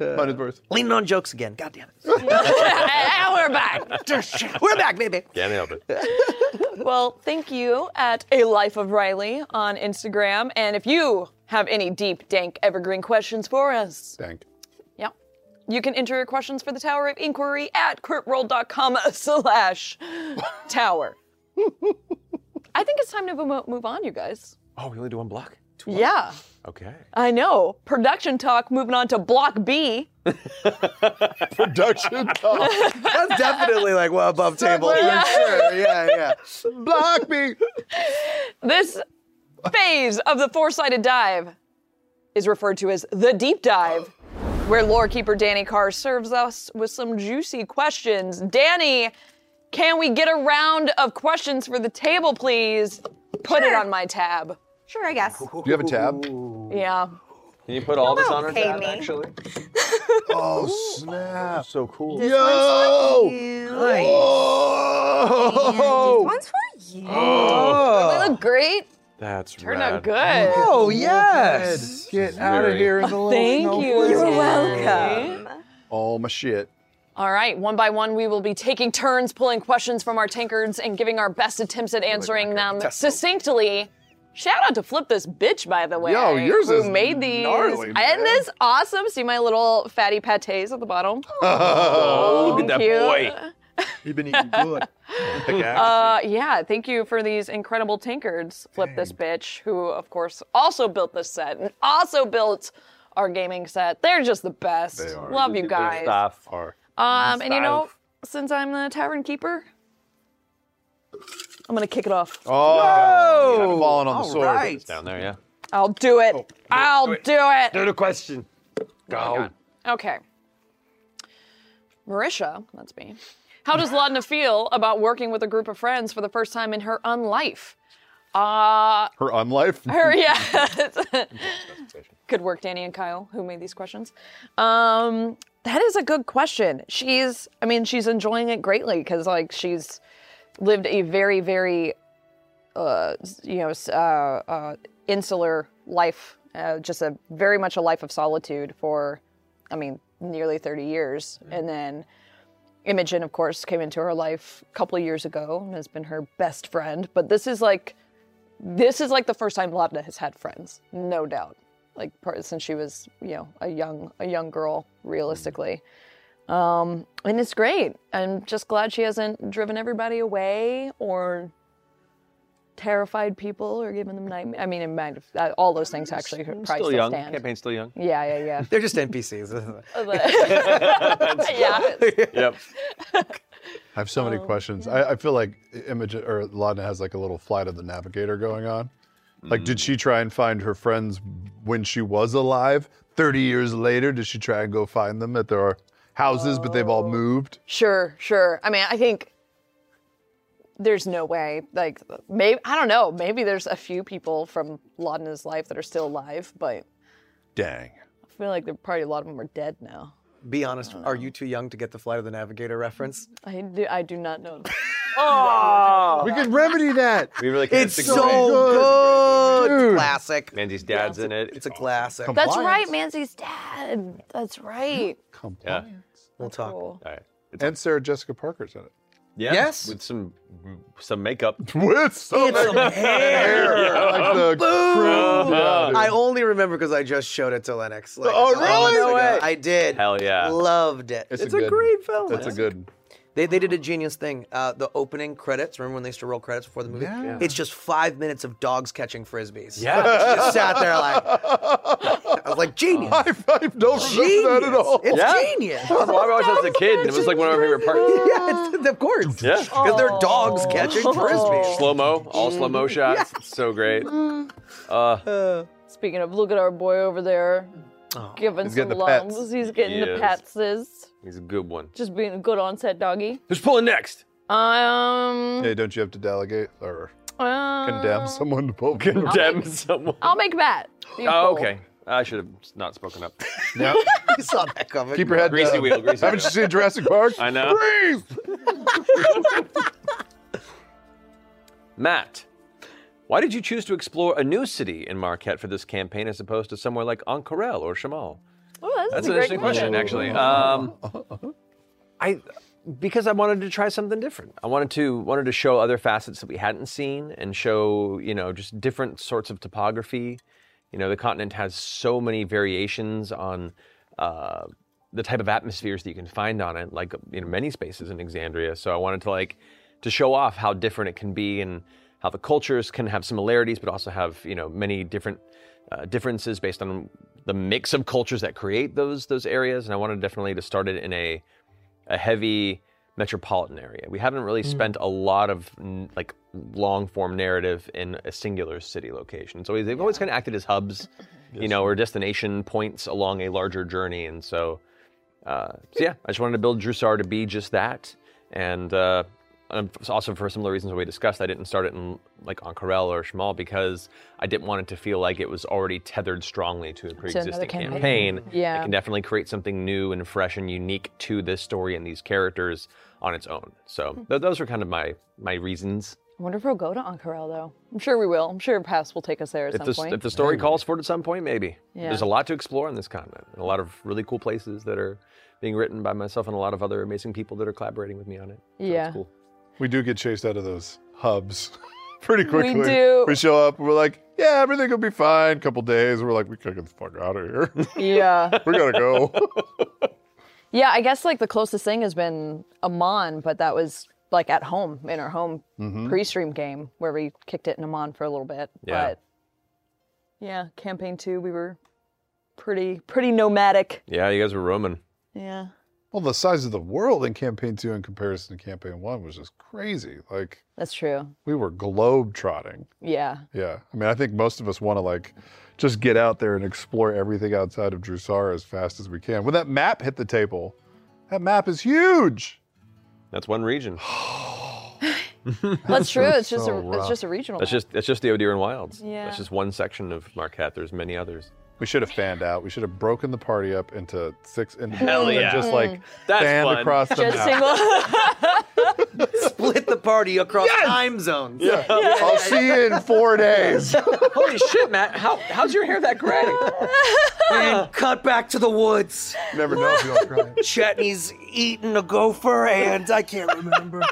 Speaker 4: Mine is worth.
Speaker 6: Leaning on jokes again. God damn it.
Speaker 2: and we're back.
Speaker 6: We're back, baby.
Speaker 3: Can't help it.
Speaker 2: Well, thank you at A Life of Riley on Instagram. And if you have any deep, dank, evergreen questions for us,
Speaker 4: Thank.
Speaker 2: yeah, you can enter your questions for the Tower of Inquiry at critroll.com slash tower. I think it's time to mo- move on, you guys.
Speaker 3: Oh, we only do one block.
Speaker 2: Yeah,
Speaker 3: Okay.
Speaker 2: I know. Production talk moving on to Block B.
Speaker 4: Production talk.
Speaker 6: That's definitely like well above table.
Speaker 4: Yeah. Sure. yeah, yeah. Block me.
Speaker 2: This phase of the four-sided dive is referred to as the deep dive, where lore keeper Danny Carr serves us with some juicy questions. Danny, can we get a round of questions for the table, please? Put it on my tab.
Speaker 5: Sure, I guess.
Speaker 4: Do you have a tab?
Speaker 2: Yeah.
Speaker 3: Can you put all this on our
Speaker 5: pay
Speaker 3: tab,
Speaker 5: me.
Speaker 3: actually?
Speaker 4: Oh snap!
Speaker 3: So cool.
Speaker 5: This
Speaker 4: Yo!
Speaker 5: one's for you.
Speaker 4: Oh!
Speaker 5: This one's for you.
Speaker 2: They look great.
Speaker 3: That's
Speaker 2: Turn
Speaker 3: rad.
Speaker 2: out good.
Speaker 6: Oh yes.
Speaker 4: Get out of here in the little
Speaker 2: Thank you.
Speaker 4: snowflake.
Speaker 5: welcome.
Speaker 4: All my shit.
Speaker 2: All right, one by one, we will be taking turns pulling questions from our tankards and giving our best attempts at answering them succinctly. Shout out to Flip This Bitch, by the way.
Speaker 4: Yo, yours
Speaker 2: who
Speaker 4: is
Speaker 2: made these.
Speaker 4: gnarly, man.
Speaker 2: and this awesome. See my little fatty pates at the bottom?
Speaker 3: Oh, look at that
Speaker 2: Cute.
Speaker 3: boy.
Speaker 4: You've been eating good.
Speaker 2: Uh, yeah, thank you for these incredible tankards, Flip This Bitch, who, of course, also built this set and also built our gaming set. They're just the best.
Speaker 4: They are.
Speaker 2: Love you
Speaker 3: Their
Speaker 2: guys.
Speaker 3: Staff are
Speaker 2: Um, and you know,
Speaker 3: Staff.
Speaker 2: since I'm the tavern keeper, I'm gonna kick it off.
Speaker 4: oh, I'm falling on the sword.
Speaker 6: Right.
Speaker 3: down there, yeah.
Speaker 2: I'll do it. I'll do it.
Speaker 3: Another question. Go.
Speaker 2: Okay. Marisha, that's me. How does Laudna feel about working with a group of friends for the first time in her unlife? Uh,
Speaker 4: Her unlife.
Speaker 2: her, yes. good work, Danny and Kyle, who made these questions. Um, that is a good question. She's, I mean, she's enjoying it greatly because, like, she's lived a very, very, uh, s- you know, s- uh, uh, insular life, uh, just a very much a life of solitude for, I mean, nearly 30 years.
Speaker 3: Mm-hmm.
Speaker 2: And then Imogen, of course, came into her life a couple of years ago and has been her best friend. But this is like, this is like the first time Lavna has had friends, no doubt. Like par- since she was, you know, a young a young girl, realistically. Um, and it's great. I'm just glad she hasn't driven everybody away or terrified people or given them nightmares. I mean, it might have, uh, all those things actually probably
Speaker 3: Still
Speaker 2: still
Speaker 3: young.
Speaker 2: stand.
Speaker 3: Campaign's still young.
Speaker 2: Yeah, yeah, yeah.
Speaker 6: They're just NPCs.
Speaker 2: yeah.
Speaker 3: Yep.
Speaker 4: I have so many
Speaker 2: Oh,
Speaker 4: questions. I, I feel like Imogen or Laudna has like a little flight of the navigator going on. Like, did she try and find her friends when she was alive? Thirty years later, did she try and go find them at their houses, but they've
Speaker 2: Oh.
Speaker 4: all moved?
Speaker 2: Sure, sure. I mean, I think there's no way. Like, maybe I don't know. Maybe there's a few people from Laudna's life that are still alive, but
Speaker 4: Dang.
Speaker 2: I feel like there probably a lot of them are dead now.
Speaker 6: Be honest, are you too young to get the Flight of the Navigator reference?
Speaker 2: I do, I do not know.
Speaker 3: Oh.
Speaker 4: We could remedy that.
Speaker 3: We really can't
Speaker 6: It's
Speaker 3: disagree.
Speaker 6: so good. Oh, it's
Speaker 4: Dude.
Speaker 6: classic.
Speaker 3: Mandy's dad's in it.
Speaker 6: It's a classic.
Speaker 4: Come
Speaker 2: That's right,
Speaker 4: Compliance.
Speaker 2: Manzi's dad. That's right.
Speaker 4: Compliance.
Speaker 6: We'll talk.
Speaker 2: Cool.
Speaker 3: All right. It's-
Speaker 4: And Sarah Jessica Parker's in it.
Speaker 3: yeah,
Speaker 6: Yes.
Speaker 3: With some some makeup.
Speaker 4: With so
Speaker 6: It's some hair.
Speaker 4: hair. Like the uh, crew. Yeah, dude.
Speaker 6: I only remember because I just showed it to Lennox. Like,
Speaker 4: Oh,
Speaker 6: a couple months
Speaker 4: really? No
Speaker 6: ago.
Speaker 4: way.
Speaker 6: I did.
Speaker 3: Hell yeah.
Speaker 6: Loved it.
Speaker 4: It's
Speaker 6: It's,
Speaker 4: a
Speaker 6: a,
Speaker 4: good-
Speaker 6: great film.
Speaker 4: That's a good.
Speaker 6: They, they did a genius thing. Uh, the opening credits. Remember when they used to roll credits before the movie?
Speaker 4: Yeah.
Speaker 6: It's just five minutes of dogs catching frisbees.
Speaker 3: Yeah.
Speaker 6: I just sat there like I was like genius.
Speaker 4: I, I don't
Speaker 6: Genius.
Speaker 4: remember that at all.
Speaker 6: It's
Speaker 3: Yeah.
Speaker 6: genius.
Speaker 3: That's why I always was a kid, and it was like one of my favorite parts.
Speaker 6: yeah, it's, of course.
Speaker 3: Yeah.
Speaker 7: Oh.
Speaker 6: Because they're dogs catching frisbees.
Speaker 3: Slow mo, all slow mo shots. It's So great. Uh,
Speaker 2: Speaking of, look at our boy over there
Speaker 3: Oh,
Speaker 2: giving
Speaker 4: He's
Speaker 2: some
Speaker 4: getting the
Speaker 2: lungs.
Speaker 4: pats.
Speaker 2: He's getting
Speaker 3: He
Speaker 2: the
Speaker 3: is.
Speaker 2: patses.
Speaker 3: he's a good one.
Speaker 2: Just being a good onset doggy.
Speaker 3: Who's pulling next?
Speaker 2: Um.
Speaker 4: Hey, don't you have to delegate or
Speaker 2: uh,
Speaker 4: condemn someone to pull?
Speaker 3: Condemn someone.
Speaker 2: I'll make Matt. You
Speaker 3: Oh,
Speaker 2: pull.
Speaker 3: okay. I should have not spoken up.
Speaker 4: Yeah.
Speaker 6: You saw that coming.
Speaker 4: Keep your head
Speaker 3: Greasy
Speaker 4: down.
Speaker 3: wheel, greasy
Speaker 4: Haven't
Speaker 3: wheel.
Speaker 4: you seen Jurassic Park?
Speaker 3: I know.
Speaker 4: Freeze!
Speaker 3: Matt, why did you choose to explore a new city in Marquette for this campaign as opposed to somewhere like Ancarel or Chamal?
Speaker 2: Oh, that's,
Speaker 3: That's
Speaker 2: a
Speaker 3: an
Speaker 2: great
Speaker 3: interesting question, actually. Um, I because I wanted to try something different. I wanted to wanted to show other facets that we hadn't seen and show you know just different sorts of topography. You know, the continent has so many variations on uh, the type of atmospheres that you can find on it, like you know many spaces in Exandria. So I wanted to like to show off how different it can be and how the cultures can have similarities, but also have you know many different uh, differences based on the mix of cultures that create those those areas. And I wanted definitely to start it in a a heavy metropolitan area. We haven't really spent a lot of n- like long form narrative in a singular city location. So they've always kind of acted as hubs, you know, or destination points along a larger journey. And so, uh, so yeah, I just wanted to build Drusar to be just that. And uh, um, f- also for similar reasons we discussed, I didn't start it in like Ankarel or Shmal because I didn't want it to feel like it was already tethered strongly to a pre-existing
Speaker 2: campaign.
Speaker 3: campaign.
Speaker 2: Yeah.
Speaker 3: It can definitely create something new and fresh and unique to this story and these characters on its own. So
Speaker 2: Hmm.
Speaker 3: th- those were kind of my my reasons.
Speaker 2: I wonder if we'll go to Ankarel though. I'm sure we will. I'm sure Pass will take us there at
Speaker 3: If
Speaker 2: some
Speaker 3: the,
Speaker 2: point.
Speaker 3: if the story calls for it at some point, maybe.
Speaker 2: Yeah.
Speaker 3: There's a lot to explore on this continent, and a lot of really cool places that are being written by myself and a lot of other amazing people that are collaborating with me on it. So
Speaker 2: Yeah.
Speaker 3: It's cool.
Speaker 4: We do get chased out of those hubs pretty quickly.
Speaker 2: do.
Speaker 4: We show up, we're like, yeah, everything will be fine. Couple days, we're like, we gotta get the fuck out of here.
Speaker 2: yeah.
Speaker 4: we gotta go.
Speaker 2: Yeah, I guess like the closest thing has been Amon, but that was like at home in our home pre-stream game where we kicked it in Amon for a little bit.
Speaker 3: Mm-hmm. Yeah.
Speaker 2: But yeah, campaign two, we were pretty pretty nomadic.
Speaker 3: Yeah, you guys were roaming.
Speaker 2: Yeah.
Speaker 4: well, the size of the world in campaign two in comparison to campaign one was just crazy. Like
Speaker 2: That's true.
Speaker 4: we were globe trotting.
Speaker 2: Yeah.
Speaker 4: Yeah. I mean, I think most of us want to like just get out there and explore everything outside of Drusar as fast as we can. When that map hit the table, that map is huge.
Speaker 3: That's one region.
Speaker 2: That's true. It's just
Speaker 4: so
Speaker 2: a
Speaker 4: rough.
Speaker 2: it's just a regional.
Speaker 3: That's
Speaker 2: map.
Speaker 3: just that's just the Odeer and Wilds.
Speaker 2: Yeah.
Speaker 3: That's just one section of Marquette. There's many others.
Speaker 4: We should have fanned out. We should have broken the party up into six individuals
Speaker 3: Hell
Speaker 4: and
Speaker 3: yeah. Mm.
Speaker 4: just like
Speaker 3: That's
Speaker 4: fanned
Speaker 3: fun.
Speaker 4: across the
Speaker 2: just
Speaker 4: map.
Speaker 2: single
Speaker 6: Split the party across time zones.
Speaker 4: I'll see you in four days.
Speaker 3: Holy shit, Matt! How, how's your hair that gray?
Speaker 6: And cut back to the woods.
Speaker 4: Never know if you don't try.
Speaker 6: Chetney's eating a gopher, and I can't remember.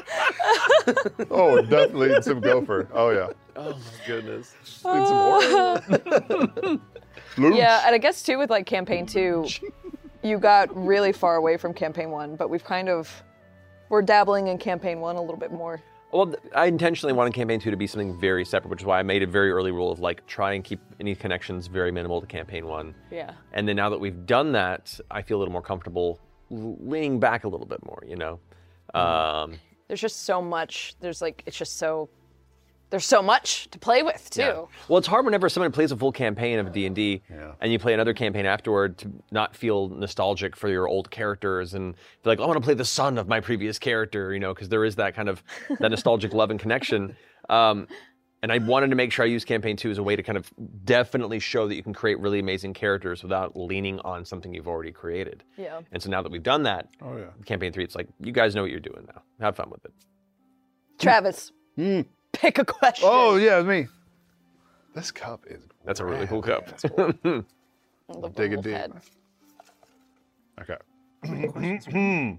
Speaker 4: Oh, definitely eat some gopher. Oh yeah.
Speaker 3: oh my goodness.
Speaker 4: Eat some orange. Loops.
Speaker 2: Yeah, and I guess too with like campaign two, you got really far away from campaign one, but we've kind of we're dabbling in campaign one a little bit more.
Speaker 3: Well, th- I intentionally wanted campaign two to be something very separate, which is why I made a very early rule of like try and keep any connections very minimal to campaign one.
Speaker 2: Yeah.
Speaker 3: And then now that we've done that, I feel a little more comfortable l- leaning back a little bit more. You know, um,
Speaker 2: There's just so much. There's like it's just so there's so much to play with too.
Speaker 3: Yeah. Well, it's hard whenever somebody plays a full campaign of D and D, and you play another campaign afterward to not feel nostalgic for your old characters and be like, I want to play the son of my previous character, you know, because there is that kind of that nostalgic love and connection. Um, and I wanted to make sure I used campaign two as a way to kind of definitely show that you can create really amazing characters without leaning on something you've already created.
Speaker 2: Yeah.
Speaker 3: And so now that we've done that,
Speaker 4: Oh yeah.
Speaker 3: campaign three, it's like you guys know what you're doing now. Have fun with it.
Speaker 2: Travis, pick a question.
Speaker 4: Oh yeah, me. This cup is.
Speaker 3: That's a really cool
Speaker 4: rad.
Speaker 3: cup.
Speaker 2: The
Speaker 4: Dig it
Speaker 2: werewolf
Speaker 4: deep.
Speaker 2: head.
Speaker 4: Okay.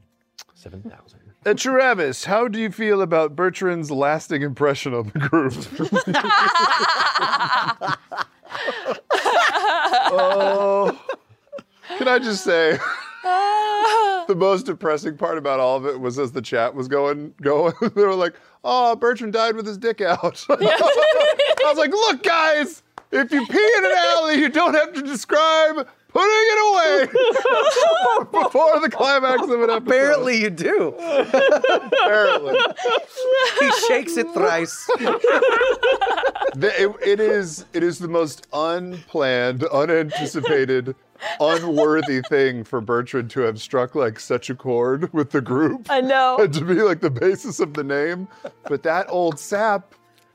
Speaker 3: Seven thousand.
Speaker 4: Uh, Travis, how do you feel about Bertrand's lasting impression on the group? oh, can I just say, the most depressing part about all of it was as the chat was going, going, they were like, "Oh, Bertrand died with his dick out." I was like, "Look, guys, if you pee in an alley, you don't have to describe." Putting it away before the climax of an episode.
Speaker 6: Apparently, you do.
Speaker 4: Apparently.
Speaker 6: He shakes it thrice.
Speaker 4: The- it- it is it is the most unplanned, unanticipated, unworthy thing for Bertrand to have struck like such a chord with the group
Speaker 2: I know.
Speaker 4: and to be like the basis of the name. But that old sap,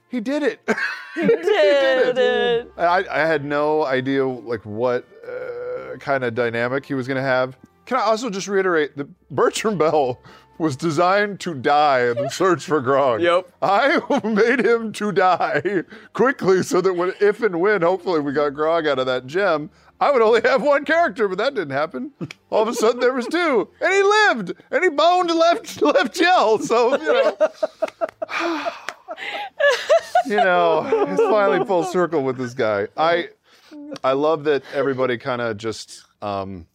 Speaker 4: he did it.
Speaker 2: Did it.
Speaker 4: I, I had no idea like what uh, kind of dynamic he was going to have. Can I also just reiterate that Bertram Bell was designed to die in the search for Grog.
Speaker 3: Yep.
Speaker 4: I made him to die quickly so that when, if and when, hopefully we got Grog out of that gem, I would only have one character, but that didn't happen. All of a sudden there was two, and he lived, and he boned left left Yell. So you know. you know, it's finally full circle with this guy. I I love that everybody kind of just um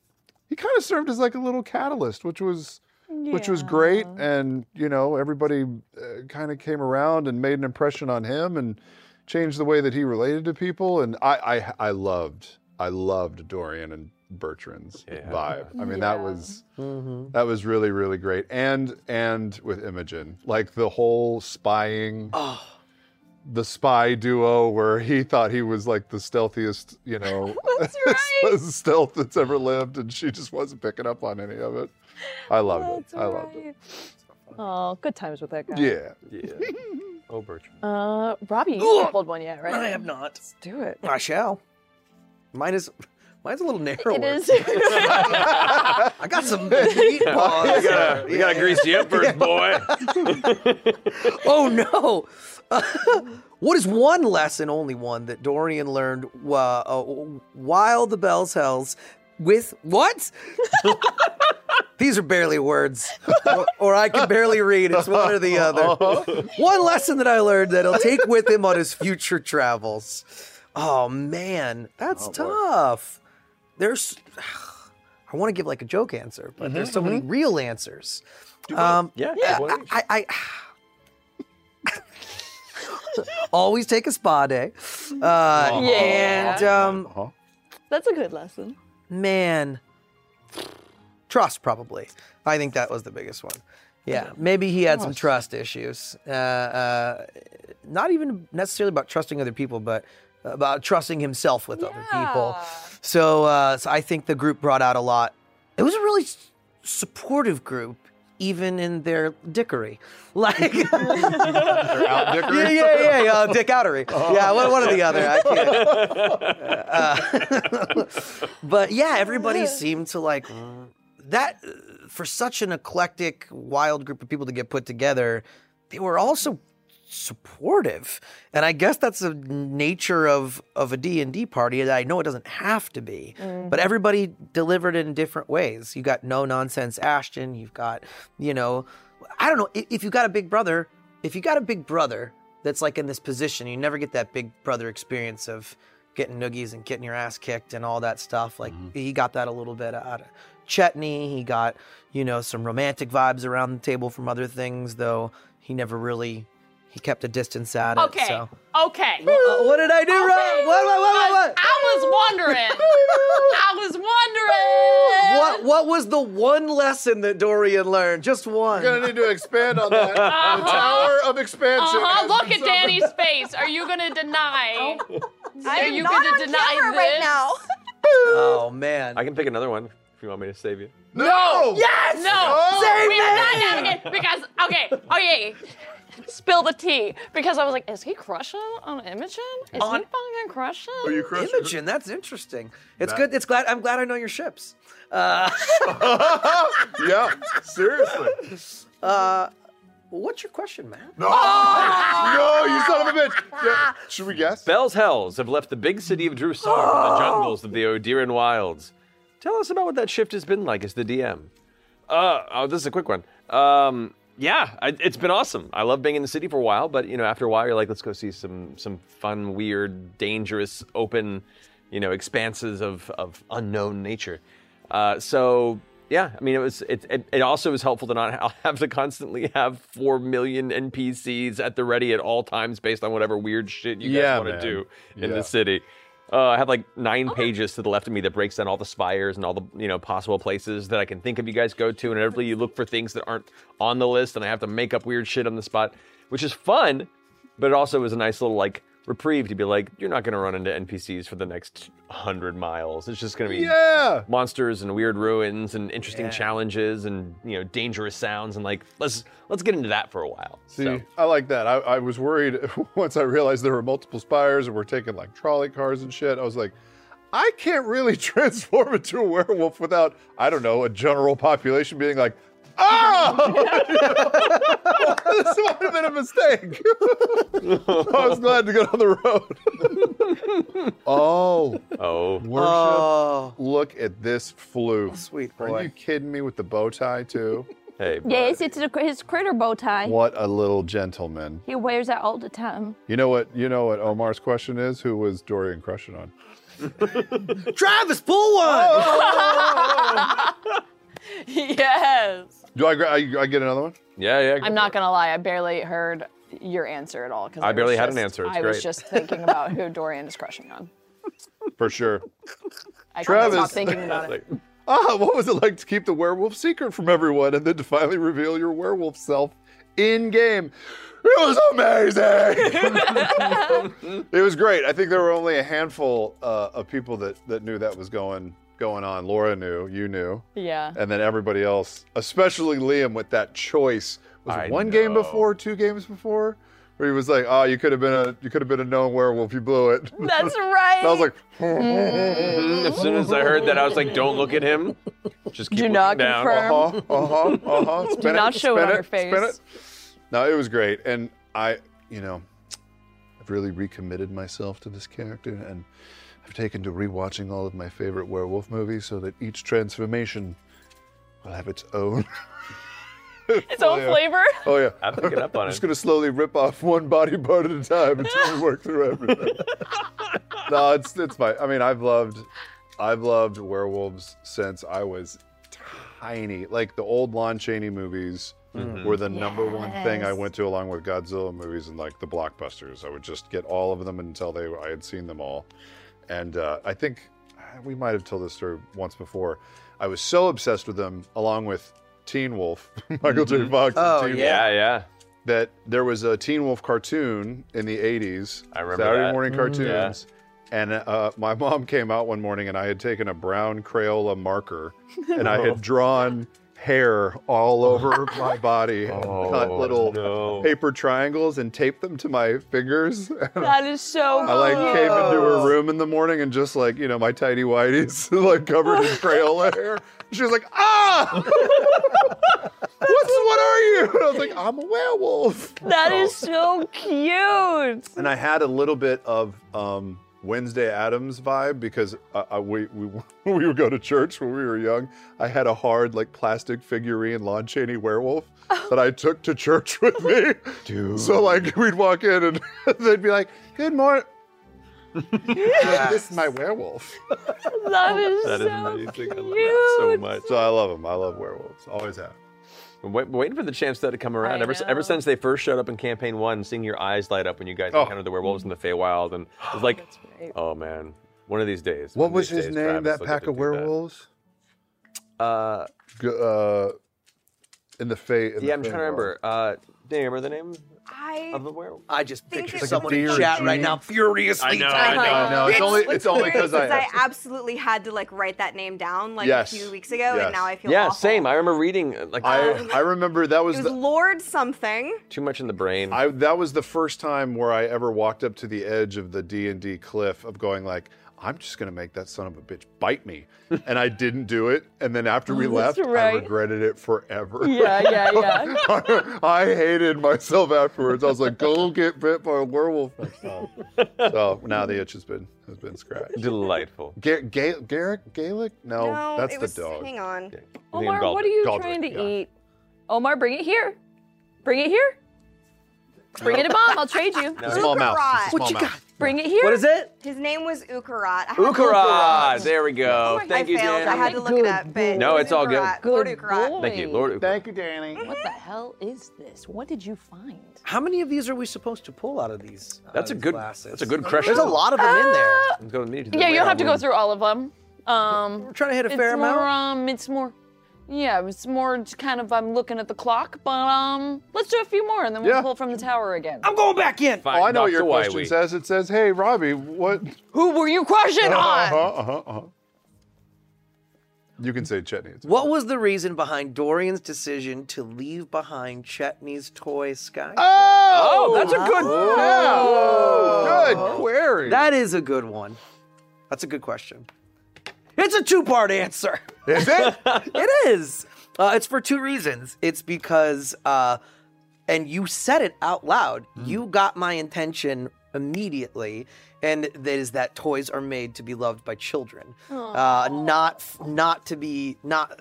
Speaker 4: he kind of served as like a little catalyst, which was which was great and you know, everybody uh, kind of came around and made an impression on him and changed the way that he related to people and I I I loved I loved Dorian and Bertrand's
Speaker 3: Yeah.
Speaker 4: vibe. I mean, that was that was really really great. And and with Imogen, like the whole spying the spy duo where he thought he was like the stealthiest, you know,
Speaker 2: That's right.
Speaker 4: stealth that's ever lived, and she just wasn't picking up on any of it. I loved
Speaker 2: That's
Speaker 4: it. I loved it.
Speaker 2: right. Oh, good times with that guy.
Speaker 4: Yeah.
Speaker 3: Yeah. Oh, Bertrand.
Speaker 2: Uh, Robbie, you haven't pulled one yet, right?
Speaker 6: I have not.
Speaker 2: Let's do it.
Speaker 6: I shall. Mine is mine's a little narrower.
Speaker 2: It is.
Speaker 6: I got some meat paws.
Speaker 3: we gotta grease you up first, boy.
Speaker 6: Oh no! what is one lesson, only one, that Dorian learned uh, uh, while the bells hells with what? These are barely words, or, or I can barely read. It's one or the
Speaker 3: Uh-huh.
Speaker 6: other. one lesson that I learned that he'll take with him on his future travels. Oh man,
Speaker 3: Oh,
Speaker 6: that's tough. There's, I want to give like a joke answer, but there's so many real answers. Um,
Speaker 3: Yeah.
Speaker 6: I, I, I always take a spa day. Uh,
Speaker 2: Yeah.
Speaker 6: And um,
Speaker 4: Uh-huh.
Speaker 2: That's a good lesson.
Speaker 6: man, trust probably. I think that was the biggest one. Yeah, maybe he had some trust issues. Uh, uh, not even necessarily about trusting other people, but about trusting himself with other people. So, uh, so I think the group brought out a lot. It was a really s- supportive group, even in their dickery. Like,
Speaker 4: They're out
Speaker 6: yeah,
Speaker 4: dickery.
Speaker 6: yeah, yeah, yeah. Dick outery. Yeah, one, one or the other. I can't. Uh, but yeah, everybody seemed to like that uh, for such an eclectic, wild group of people to get put together. They were also supportive, and I guess that's the nature of of a D and D party. That I know it doesn't have to be, but everybody delivered in different ways. You got no nonsense Ashton. You've got you know, I don't know i- if you got a big brother if you got a big brother that's like in this position, you never get that big brother experience of getting noogies and getting your ass kicked and all that stuff. Like he got that a little bit out of Chetney. He got, you know, some romantic vibes around the table from other things, though he never really he kept a distance at
Speaker 9: Okay.
Speaker 6: it. So
Speaker 9: Okay.
Speaker 6: Uh, what did I do wrong? What what what what what?
Speaker 9: I was wondering. I was wondering.
Speaker 6: What what was the one lesson that Dorian learned? Just one.
Speaker 4: We're gonna need to expand on that. The tower of expansion.
Speaker 9: Uh-huh.
Speaker 4: has
Speaker 9: Look
Speaker 4: been
Speaker 9: at
Speaker 4: summoned.
Speaker 9: Danny's face. Are you gonna deny? Are you
Speaker 5: Not
Speaker 9: gonna
Speaker 5: on
Speaker 9: deny
Speaker 5: camera
Speaker 9: this?
Speaker 5: right now.
Speaker 6: Oh man.
Speaker 3: I can pick another one if you want me to save you.
Speaker 4: No.
Speaker 9: Yes. No.
Speaker 3: Oh.
Speaker 4: Save
Speaker 9: we are not navigating because okay. Okay. Spill the tea because I was like, is he crushing on Imogen? Is he
Speaker 6: On-
Speaker 9: fucking crushing?
Speaker 4: Are you crushing?
Speaker 6: Imogen, that's interesting. It's good. It's glad. I'm glad I know your ships.
Speaker 4: yeah. Seriously.
Speaker 6: Well, what's your question, Matt?
Speaker 4: No, no, you son of a bitch. Yeah. Should we guess?
Speaker 3: Bell's Hells have left the big city of Drusar for the jungles of the Odiran Wilds. Tell us about what that shift has been like as the DM. Uh, oh, this is a quick one. Um, yeah, I, it's been awesome. I love being in the city for a while, but you know, after a while, you're like, let's go see some some fun, weird, dangerous, open, you know, expanses of of unknown nature. Uh, so yeah, I mean, it was it, it. It also was helpful to not ha- have to constantly have four million NPCs at the ready at all times based on whatever weird shit you
Speaker 4: Yeah,
Speaker 3: guys want
Speaker 4: man.
Speaker 3: to do in
Speaker 4: Yeah.
Speaker 3: the city. Uh, I have like nine pages to the left of me that breaks down all the spires and all the you know possible places that I can think of. You guys go to, and inevitably you look for things that aren't on the list, and I have to make up weird shit on the spot, which is fun, but it also is a nice little like reprieve to be like, you're not gonna run into NPCs for the next hundred miles. It's just gonna be
Speaker 4: Yeah.
Speaker 3: monsters and weird ruins and interesting challenges and you know dangerous sounds and like let's let's get into that for a while.
Speaker 4: See,
Speaker 3: so
Speaker 4: I like that. I, I was worried once I realized there were multiple spires and we're taking like trolley cars and shit. I was like, I can't really transform into a werewolf without, I don't know, a general population being like, oh, this might have been a mistake. I was glad to get on the road. oh,
Speaker 3: oh
Speaker 4: worship.
Speaker 6: Oh,
Speaker 4: Uh, Look at this flu.
Speaker 6: sweet
Speaker 4: Are you
Speaker 6: boy.
Speaker 4: kidding me with the bow tie, too?
Speaker 3: hey bud.
Speaker 9: Yes, it's a, his critter bow tie.
Speaker 4: what a little gentleman.
Speaker 9: He wears that all the time.
Speaker 4: You know what? You know what Omar's question is? Who was Dorian crushing on?
Speaker 6: Travis, pull one.
Speaker 3: Oh,
Speaker 2: Yes.
Speaker 4: Do I, gra- I, I get another one?
Speaker 3: yeah yeah
Speaker 2: I'm not gonna lie. I barely heard your answer at all because
Speaker 3: I
Speaker 2: was
Speaker 3: barely had
Speaker 2: just-
Speaker 3: an answer, it's
Speaker 2: I was
Speaker 3: great.
Speaker 2: just thinking about who Dorian is crushing on.
Speaker 4: For sure.
Speaker 2: I
Speaker 4: Travis.
Speaker 2: can't stop thinking about it.
Speaker 3: Like,
Speaker 4: Ah, what was it like to keep the werewolf secret from everyone and then to finally reveal your werewolf self in game? It was amazing. it was great. I think there were only a handful uh, of people that, that knew that was going going on. Laura knew, you knew,
Speaker 2: Yeah.
Speaker 4: and then everybody else, especially Liam, with that choice. Was
Speaker 3: I
Speaker 4: it one game
Speaker 3: know.
Speaker 4: before, two games before, where he was like, "Oh, you could have been a you could have been a known werewolf. You blew it."
Speaker 2: That's right.
Speaker 4: And I was like,
Speaker 3: mm, as soon as I heard that I was like don't look at him just keep
Speaker 2: Do
Speaker 3: looking
Speaker 2: not
Speaker 3: down.
Speaker 2: confirm.
Speaker 4: uh huh, uh huh, uh huh. Spin it,
Speaker 2: not show it
Speaker 4: spin
Speaker 2: on your
Speaker 4: Spin it.
Speaker 2: face.
Speaker 4: No, it was great, and I, you know, I've really recommitted myself to this character, and I've taken to rewatching all of my favorite werewolf movies so that each transformation will have its own.
Speaker 2: its own
Speaker 4: yeah.
Speaker 2: flavor.
Speaker 4: Oh yeah.
Speaker 3: I'm picking up on
Speaker 4: I'm
Speaker 3: it.
Speaker 4: just gonna slowly rip off one body part at a time until we work through everything. no, it's it's fine. I mean, I've loved, I've loved werewolves since I was tiny. Like the old Lon Chaney movies were the number one thing I went to, along with Godzilla movies and like the blockbusters. I would just get all of them until they I had seen them all, and uh, I think we might have told this story once before. I was so obsessed with them, along with Teen Wolf, Michael J. Fox. and
Speaker 6: Oh,
Speaker 4: Teen Wolf
Speaker 3: yeah yeah
Speaker 4: that there was a Teen Wolf cartoon in the 80s.
Speaker 3: I remember
Speaker 4: Saturday
Speaker 3: that.
Speaker 4: morning
Speaker 3: Mm,
Speaker 4: cartoons. And uh, my mom came out one morning and I had taken a brown Crayola marker and I
Speaker 3: Oh.
Speaker 4: had drawn hair all over my body and cut
Speaker 3: Oh,
Speaker 4: little
Speaker 3: no.
Speaker 4: paper triangles and taped them to my fingers. And
Speaker 2: That is so.
Speaker 4: I like came into her room in the morning and just like, you know, my tidy whities like covered in Crayola hair. She was like, ah! What's, what are you? And I was like, I'm a werewolf.
Speaker 2: That is so cute.
Speaker 4: And I had a little bit of um, Wednesday Adams vibe because uh, uh, we, we we would go to church when we were young. I had a hard like plastic figurine Lon Chaney werewolf that I took to church with me. So like we'd walk in and they'd be like, "Good morning." This is my werewolf.
Speaker 2: That is
Speaker 3: that is
Speaker 2: so.
Speaker 3: amazing I love that so
Speaker 2: cute.
Speaker 3: much
Speaker 4: So I love them. I love werewolves. Always have.
Speaker 3: I'm wait, waiting for the chance that to come around
Speaker 2: I
Speaker 3: ever ever
Speaker 2: know.
Speaker 3: since they first showed up in campaign one seeing your eyes light up when you guys
Speaker 4: Oh.
Speaker 3: encountered the werewolves in the Feywild and it was like oh man one of these days one
Speaker 4: What
Speaker 3: of
Speaker 4: was
Speaker 3: these
Speaker 4: his
Speaker 3: days,
Speaker 4: name?
Speaker 3: Travis will
Speaker 4: That
Speaker 3: get
Speaker 4: pack
Speaker 3: to
Speaker 4: of
Speaker 3: do that.
Speaker 4: werewolves.
Speaker 3: uh
Speaker 4: G- uh, in the fate.
Speaker 3: Yeah, I'm trying to remember. Uh, do you remember the name
Speaker 5: I
Speaker 3: of the werewolf?
Speaker 6: I just
Speaker 5: Think
Speaker 6: picture
Speaker 5: it's
Speaker 6: someone in
Speaker 4: like a
Speaker 6: chat
Speaker 4: deer.
Speaker 6: right now furiously.
Speaker 3: I know,
Speaker 6: typing.
Speaker 3: I know.
Speaker 4: No, it's,
Speaker 5: It's-
Speaker 4: only it's only because I.
Speaker 5: because I absolutely had to like write that name down like
Speaker 4: Yes.
Speaker 5: a few weeks ago,
Speaker 4: Yes.
Speaker 5: and now I feel
Speaker 3: Yeah,
Speaker 5: awful.
Speaker 3: same. I remember reading uh, like
Speaker 4: I, I remember that
Speaker 5: It
Speaker 4: was
Speaker 5: was
Speaker 4: the,
Speaker 5: Lord something.
Speaker 3: too much in the brain.
Speaker 4: I that was the first time where I ever walked up to the edge of the D and D cliff of going like I'm just gonna make that son of a bitch bite me, and I didn't do it. And then after we left, I
Speaker 9: right.
Speaker 4: regretted it forever.
Speaker 9: Yeah, yeah, yeah.
Speaker 4: I, hated myself afterwards. I was like, "Go get bit by a werewolf next time." So now the itch has been has been scratched.
Speaker 3: Delightful.
Speaker 4: Ga- Ga- Garrick Gaelic? No,
Speaker 5: no,
Speaker 4: Oh, that's
Speaker 5: it
Speaker 4: the
Speaker 5: was,
Speaker 4: dog.
Speaker 5: Hang on.
Speaker 9: Omar, what are you
Speaker 4: Galdrick,
Speaker 9: trying to
Speaker 4: yeah.
Speaker 9: eat? Omar, bring it here. Bring it here. Bring it a bomb. I'll trade you.
Speaker 3: No.
Speaker 4: Small mouse. It's
Speaker 5: Ukarat.
Speaker 4: a small
Speaker 6: What you
Speaker 4: mouse.
Speaker 6: got?
Speaker 9: Bring it here.
Speaker 6: What is it?
Speaker 5: His name was Ukarat. I had to look it up.
Speaker 3: Ukara! There we go.
Speaker 5: I
Speaker 3: Oh, Thank you,
Speaker 5: failed. I had
Speaker 3: Dan.
Speaker 5: to look it up, but
Speaker 3: No, it's all good.
Speaker 5: Ukarat, Lord
Speaker 9: Good
Speaker 5: Ukarat.
Speaker 9: boy.
Speaker 3: Thank you, Lord Ukara.
Speaker 4: you, Danny.
Speaker 2: What the hell is this? What did you find?
Speaker 6: How many of these are we supposed to pull out of these? out
Speaker 3: That's a
Speaker 6: of these
Speaker 3: good.
Speaker 6: glasses?
Speaker 3: That's a good crush.
Speaker 6: There's a lot of them in there.
Speaker 9: Uh,
Speaker 3: Let's go to the meeting.
Speaker 2: Yeah, you'll have to go through all of them. Um,
Speaker 6: We're trying to hit a
Speaker 2: it's
Speaker 6: fair amount.
Speaker 2: more. Um, it's more. Yeah, it's more just kind of. I'm looking at the clock, but um, let's do a few more and then we'll
Speaker 4: Yeah.
Speaker 2: pull from the tower again.
Speaker 6: I'm going back in.
Speaker 3: Fine,
Speaker 4: Oh, I know what
Speaker 3: Dr.
Speaker 4: your question
Speaker 3: Wiley.
Speaker 4: says. It says, "Hey, Robbie, what?"
Speaker 2: Who were you crushing
Speaker 4: Uh-huh,
Speaker 2: on?
Speaker 4: uh-huh, uh-huh. You can say chutney. It's
Speaker 6: What was the reason behind Dorian's decision to leave behind Chetney's toy sky?
Speaker 3: Oh, that's a good.
Speaker 4: Yeah. Good query.
Speaker 6: That is a good one. That's a good question. It's a two part answer.
Speaker 4: is it.
Speaker 6: it is. Uh, it's for two reasons. It's because, uh, and you said it out loud, you got my intention immediately. And that is that toys are made to be loved by children, uh, not f- not to be not.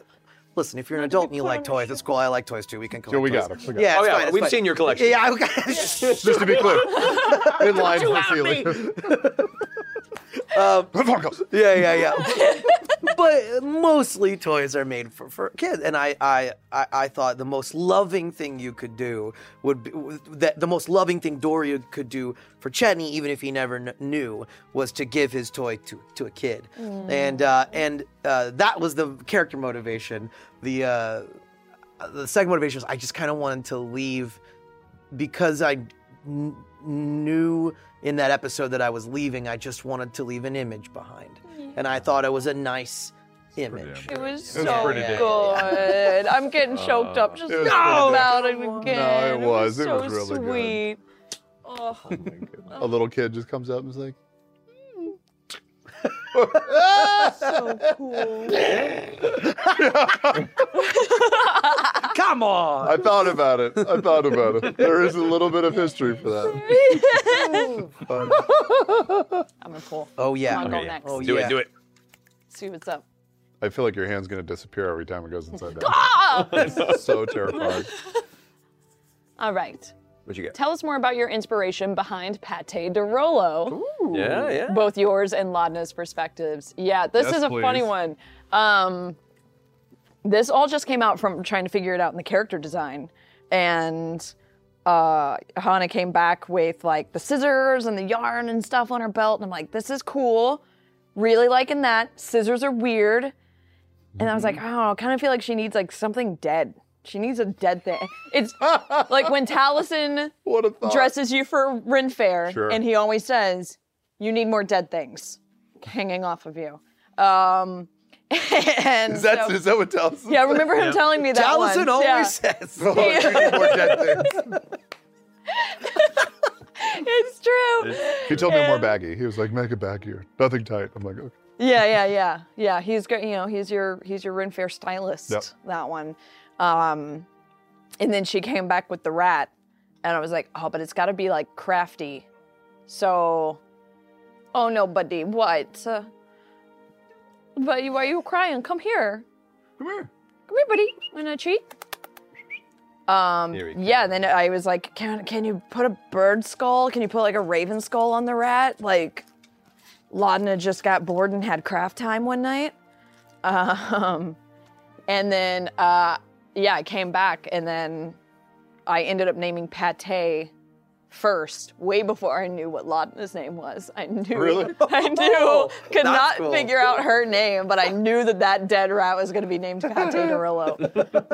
Speaker 6: Listen, if you're an adult and you like toys, it's cool. I like toys too. We can collect.
Speaker 4: Yeah, we
Speaker 6: toys.
Speaker 4: got 'em. We got 'em.
Speaker 6: Yeah,
Speaker 3: Oh
Speaker 6: it's
Speaker 3: yeah,
Speaker 6: fine, it's
Speaker 3: we've
Speaker 6: fine.
Speaker 3: seen your collection.
Speaker 6: Yeah, I got.
Speaker 4: Just to be clear, in line for Celia. Funkos.
Speaker 6: Yeah, yeah, yeah. but mostly toys are made for, for kids, and I, I, I, I thought the most loving thing you could do would be that the most loving thing Doria could do for Chetney, even if he never kn- knew, was to give his toy to to a kid, and uh, and uh, that was the character motivation. The uh, the second motivation is I just kind of wanted to leave because I kn- knew in that episode that I was leaving, I just wanted to leave an image behind. And I thought it was a nice image.
Speaker 2: It was
Speaker 4: It was
Speaker 2: so
Speaker 4: pretty damn
Speaker 2: good. I'm getting choked up just
Speaker 4: it was
Speaker 2: thinking
Speaker 4: pretty
Speaker 2: about it again.
Speaker 4: No, it was. It
Speaker 2: so
Speaker 4: was really good.
Speaker 2: sweet. Oh,
Speaker 4: A little kid just comes up and is like,
Speaker 2: so cool.
Speaker 6: Come on!
Speaker 4: I thought about it. I thought about it. There is a little bit of history for that.
Speaker 2: I'm gonna pull.
Speaker 6: Oh,
Speaker 2: I'm
Speaker 6: yeah.
Speaker 2: gonna
Speaker 3: Okay,
Speaker 2: go
Speaker 3: yeah.
Speaker 2: next.
Speaker 6: Oh,
Speaker 3: Do
Speaker 6: yeah.
Speaker 3: it. Do it.
Speaker 2: See what's up.
Speaker 4: I feel like your hand's gonna disappear every time it goes inside that. It's so terrifying.
Speaker 2: All right.
Speaker 3: What you got?
Speaker 2: Tell us more about your inspiration behind Pate de Rollo.
Speaker 3: Yeah, yeah.
Speaker 2: Both yours and Laudna's perspectives. Yeah, this
Speaker 4: Yes,
Speaker 2: is a funny
Speaker 4: please.
Speaker 2: one. Um, this all just came out from trying to figure it out in the character design. And uh, Hana came back with like the scissors and the yarn and stuff on her belt. And I'm like, this is cool. Really liking that. Scissors are weird. And I was like,
Speaker 4: Mm-hmm.
Speaker 2: oh, I kind of feel like she needs like something dead. She needs a dead thing. It's like when Taliesin
Speaker 4: What a thought.
Speaker 2: dresses you for Ren Fair,
Speaker 4: Sure.
Speaker 2: and he always says, "You need more dead things hanging off of you." Um, and
Speaker 4: Is that,
Speaker 2: so-
Speaker 4: is that what Dallas
Speaker 2: yeah, I remember him telling me that.
Speaker 6: Allison
Speaker 2: once,
Speaker 6: always
Speaker 2: yeah.
Speaker 6: says.
Speaker 4: Oh, you need more dead things.
Speaker 2: it's true.
Speaker 4: He told me more baggy. He was like, make it baggier. Nothing tight. I'm like, okay.
Speaker 2: Yeah, yeah, yeah, yeah. He's great. You know, he's your he's your Ren Fair stylist.
Speaker 4: Yep.
Speaker 2: That one. Um, and then she came back with the rat, and I was like, oh, but it's got to be like crafty. So, oh no, buddy, what? Uh, buddy, why are you crying? Come here.
Speaker 4: Come here.
Speaker 2: Come here, buddy. Want a treat? Um,
Speaker 3: Here we go.
Speaker 2: yeah. Then I was like, can can you put a bird skull? Can you put like a raven skull on the rat? Like, Laudna just got bored and had craft time one night. Um, and then uh, yeah, I came back, and then I ended up naming Pate first, way before I knew what Laudna's name was. I knew,
Speaker 4: Really?
Speaker 2: I knew, could
Speaker 6: Oh, That's
Speaker 2: not
Speaker 6: cool.
Speaker 2: figure out her name, but I knew that that dead rat was going to be named Pate Dorillo.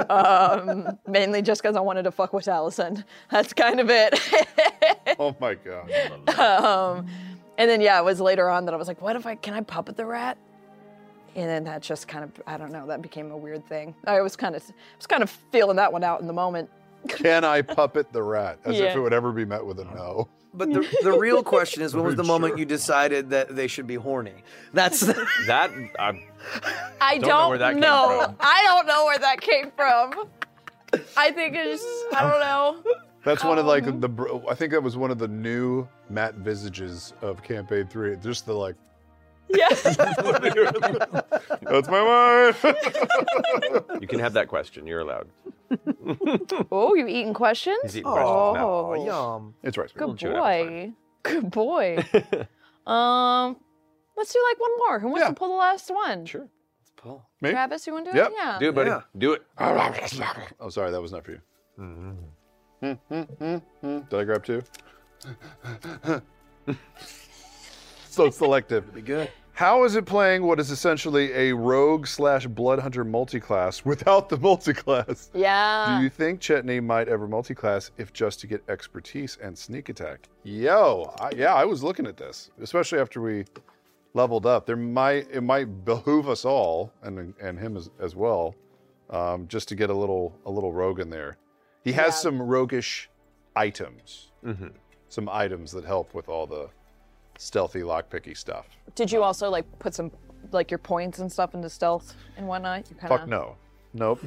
Speaker 2: um, mainly just because I wanted to fuck with Allison. That's kind of it.
Speaker 4: Oh my God.
Speaker 2: um, and then yeah, it was later on that I was like, what if I can I puppet the rat? And then that just kind of I don't know that became a weird thing. I was kind of I was kind of feeling that one out in the moment.
Speaker 4: Can I puppet the rat? As if
Speaker 2: Yeah.
Speaker 4: it would ever be met with a no.
Speaker 6: But the, the real question is, when was the moment you decided that they should be horny? That's
Speaker 3: That I
Speaker 2: I
Speaker 3: Don't
Speaker 2: don't,
Speaker 3: know where that came
Speaker 2: know.
Speaker 3: from.
Speaker 2: I don't know where that came from. I think it's I don't know.
Speaker 4: That's one of like the. br- I think that was one of the new Matt visages of Campaign Three. Just the like. Yeah. That's my wife.
Speaker 3: you can have that question. You're allowed.
Speaker 2: Oh, you eating questions?
Speaker 3: He's eating questions now.
Speaker 2: Oh,
Speaker 6: yum.
Speaker 4: it's right.
Speaker 2: Good
Speaker 3: chew it up, it's
Speaker 2: boy. Good boy. um, let's do like one more. Who wants
Speaker 4: Yeah.
Speaker 2: to pull the last one?
Speaker 3: Sure.
Speaker 4: Me.
Speaker 2: Travis, you want to do
Speaker 4: Yep.
Speaker 2: it? Yeah.
Speaker 3: Do it, buddy.
Speaker 6: Yeah.
Speaker 3: Do it.
Speaker 4: Oh, sorry, that was not for you. Mm-hmm. Did I grab two? so selective. Be good. How is it playing what is essentially a rogue slash blood hunter multiclass without the multiclass?
Speaker 2: Yeah.
Speaker 4: Do you think Chetney might ever multiclass if just to get expertise and sneak attack? Yo, I, yeah, I was looking at this, especially after we leveled up. There might it might behoove us all, and and him as, as well, um, just to get a little a little rogue in there. He has some roguish items, some items that help with all the stealthy lockpicky stuff.
Speaker 2: Did you also like put some like your points and stuff into stealth and whatnot? You kind
Speaker 4: Fuck no. Nope.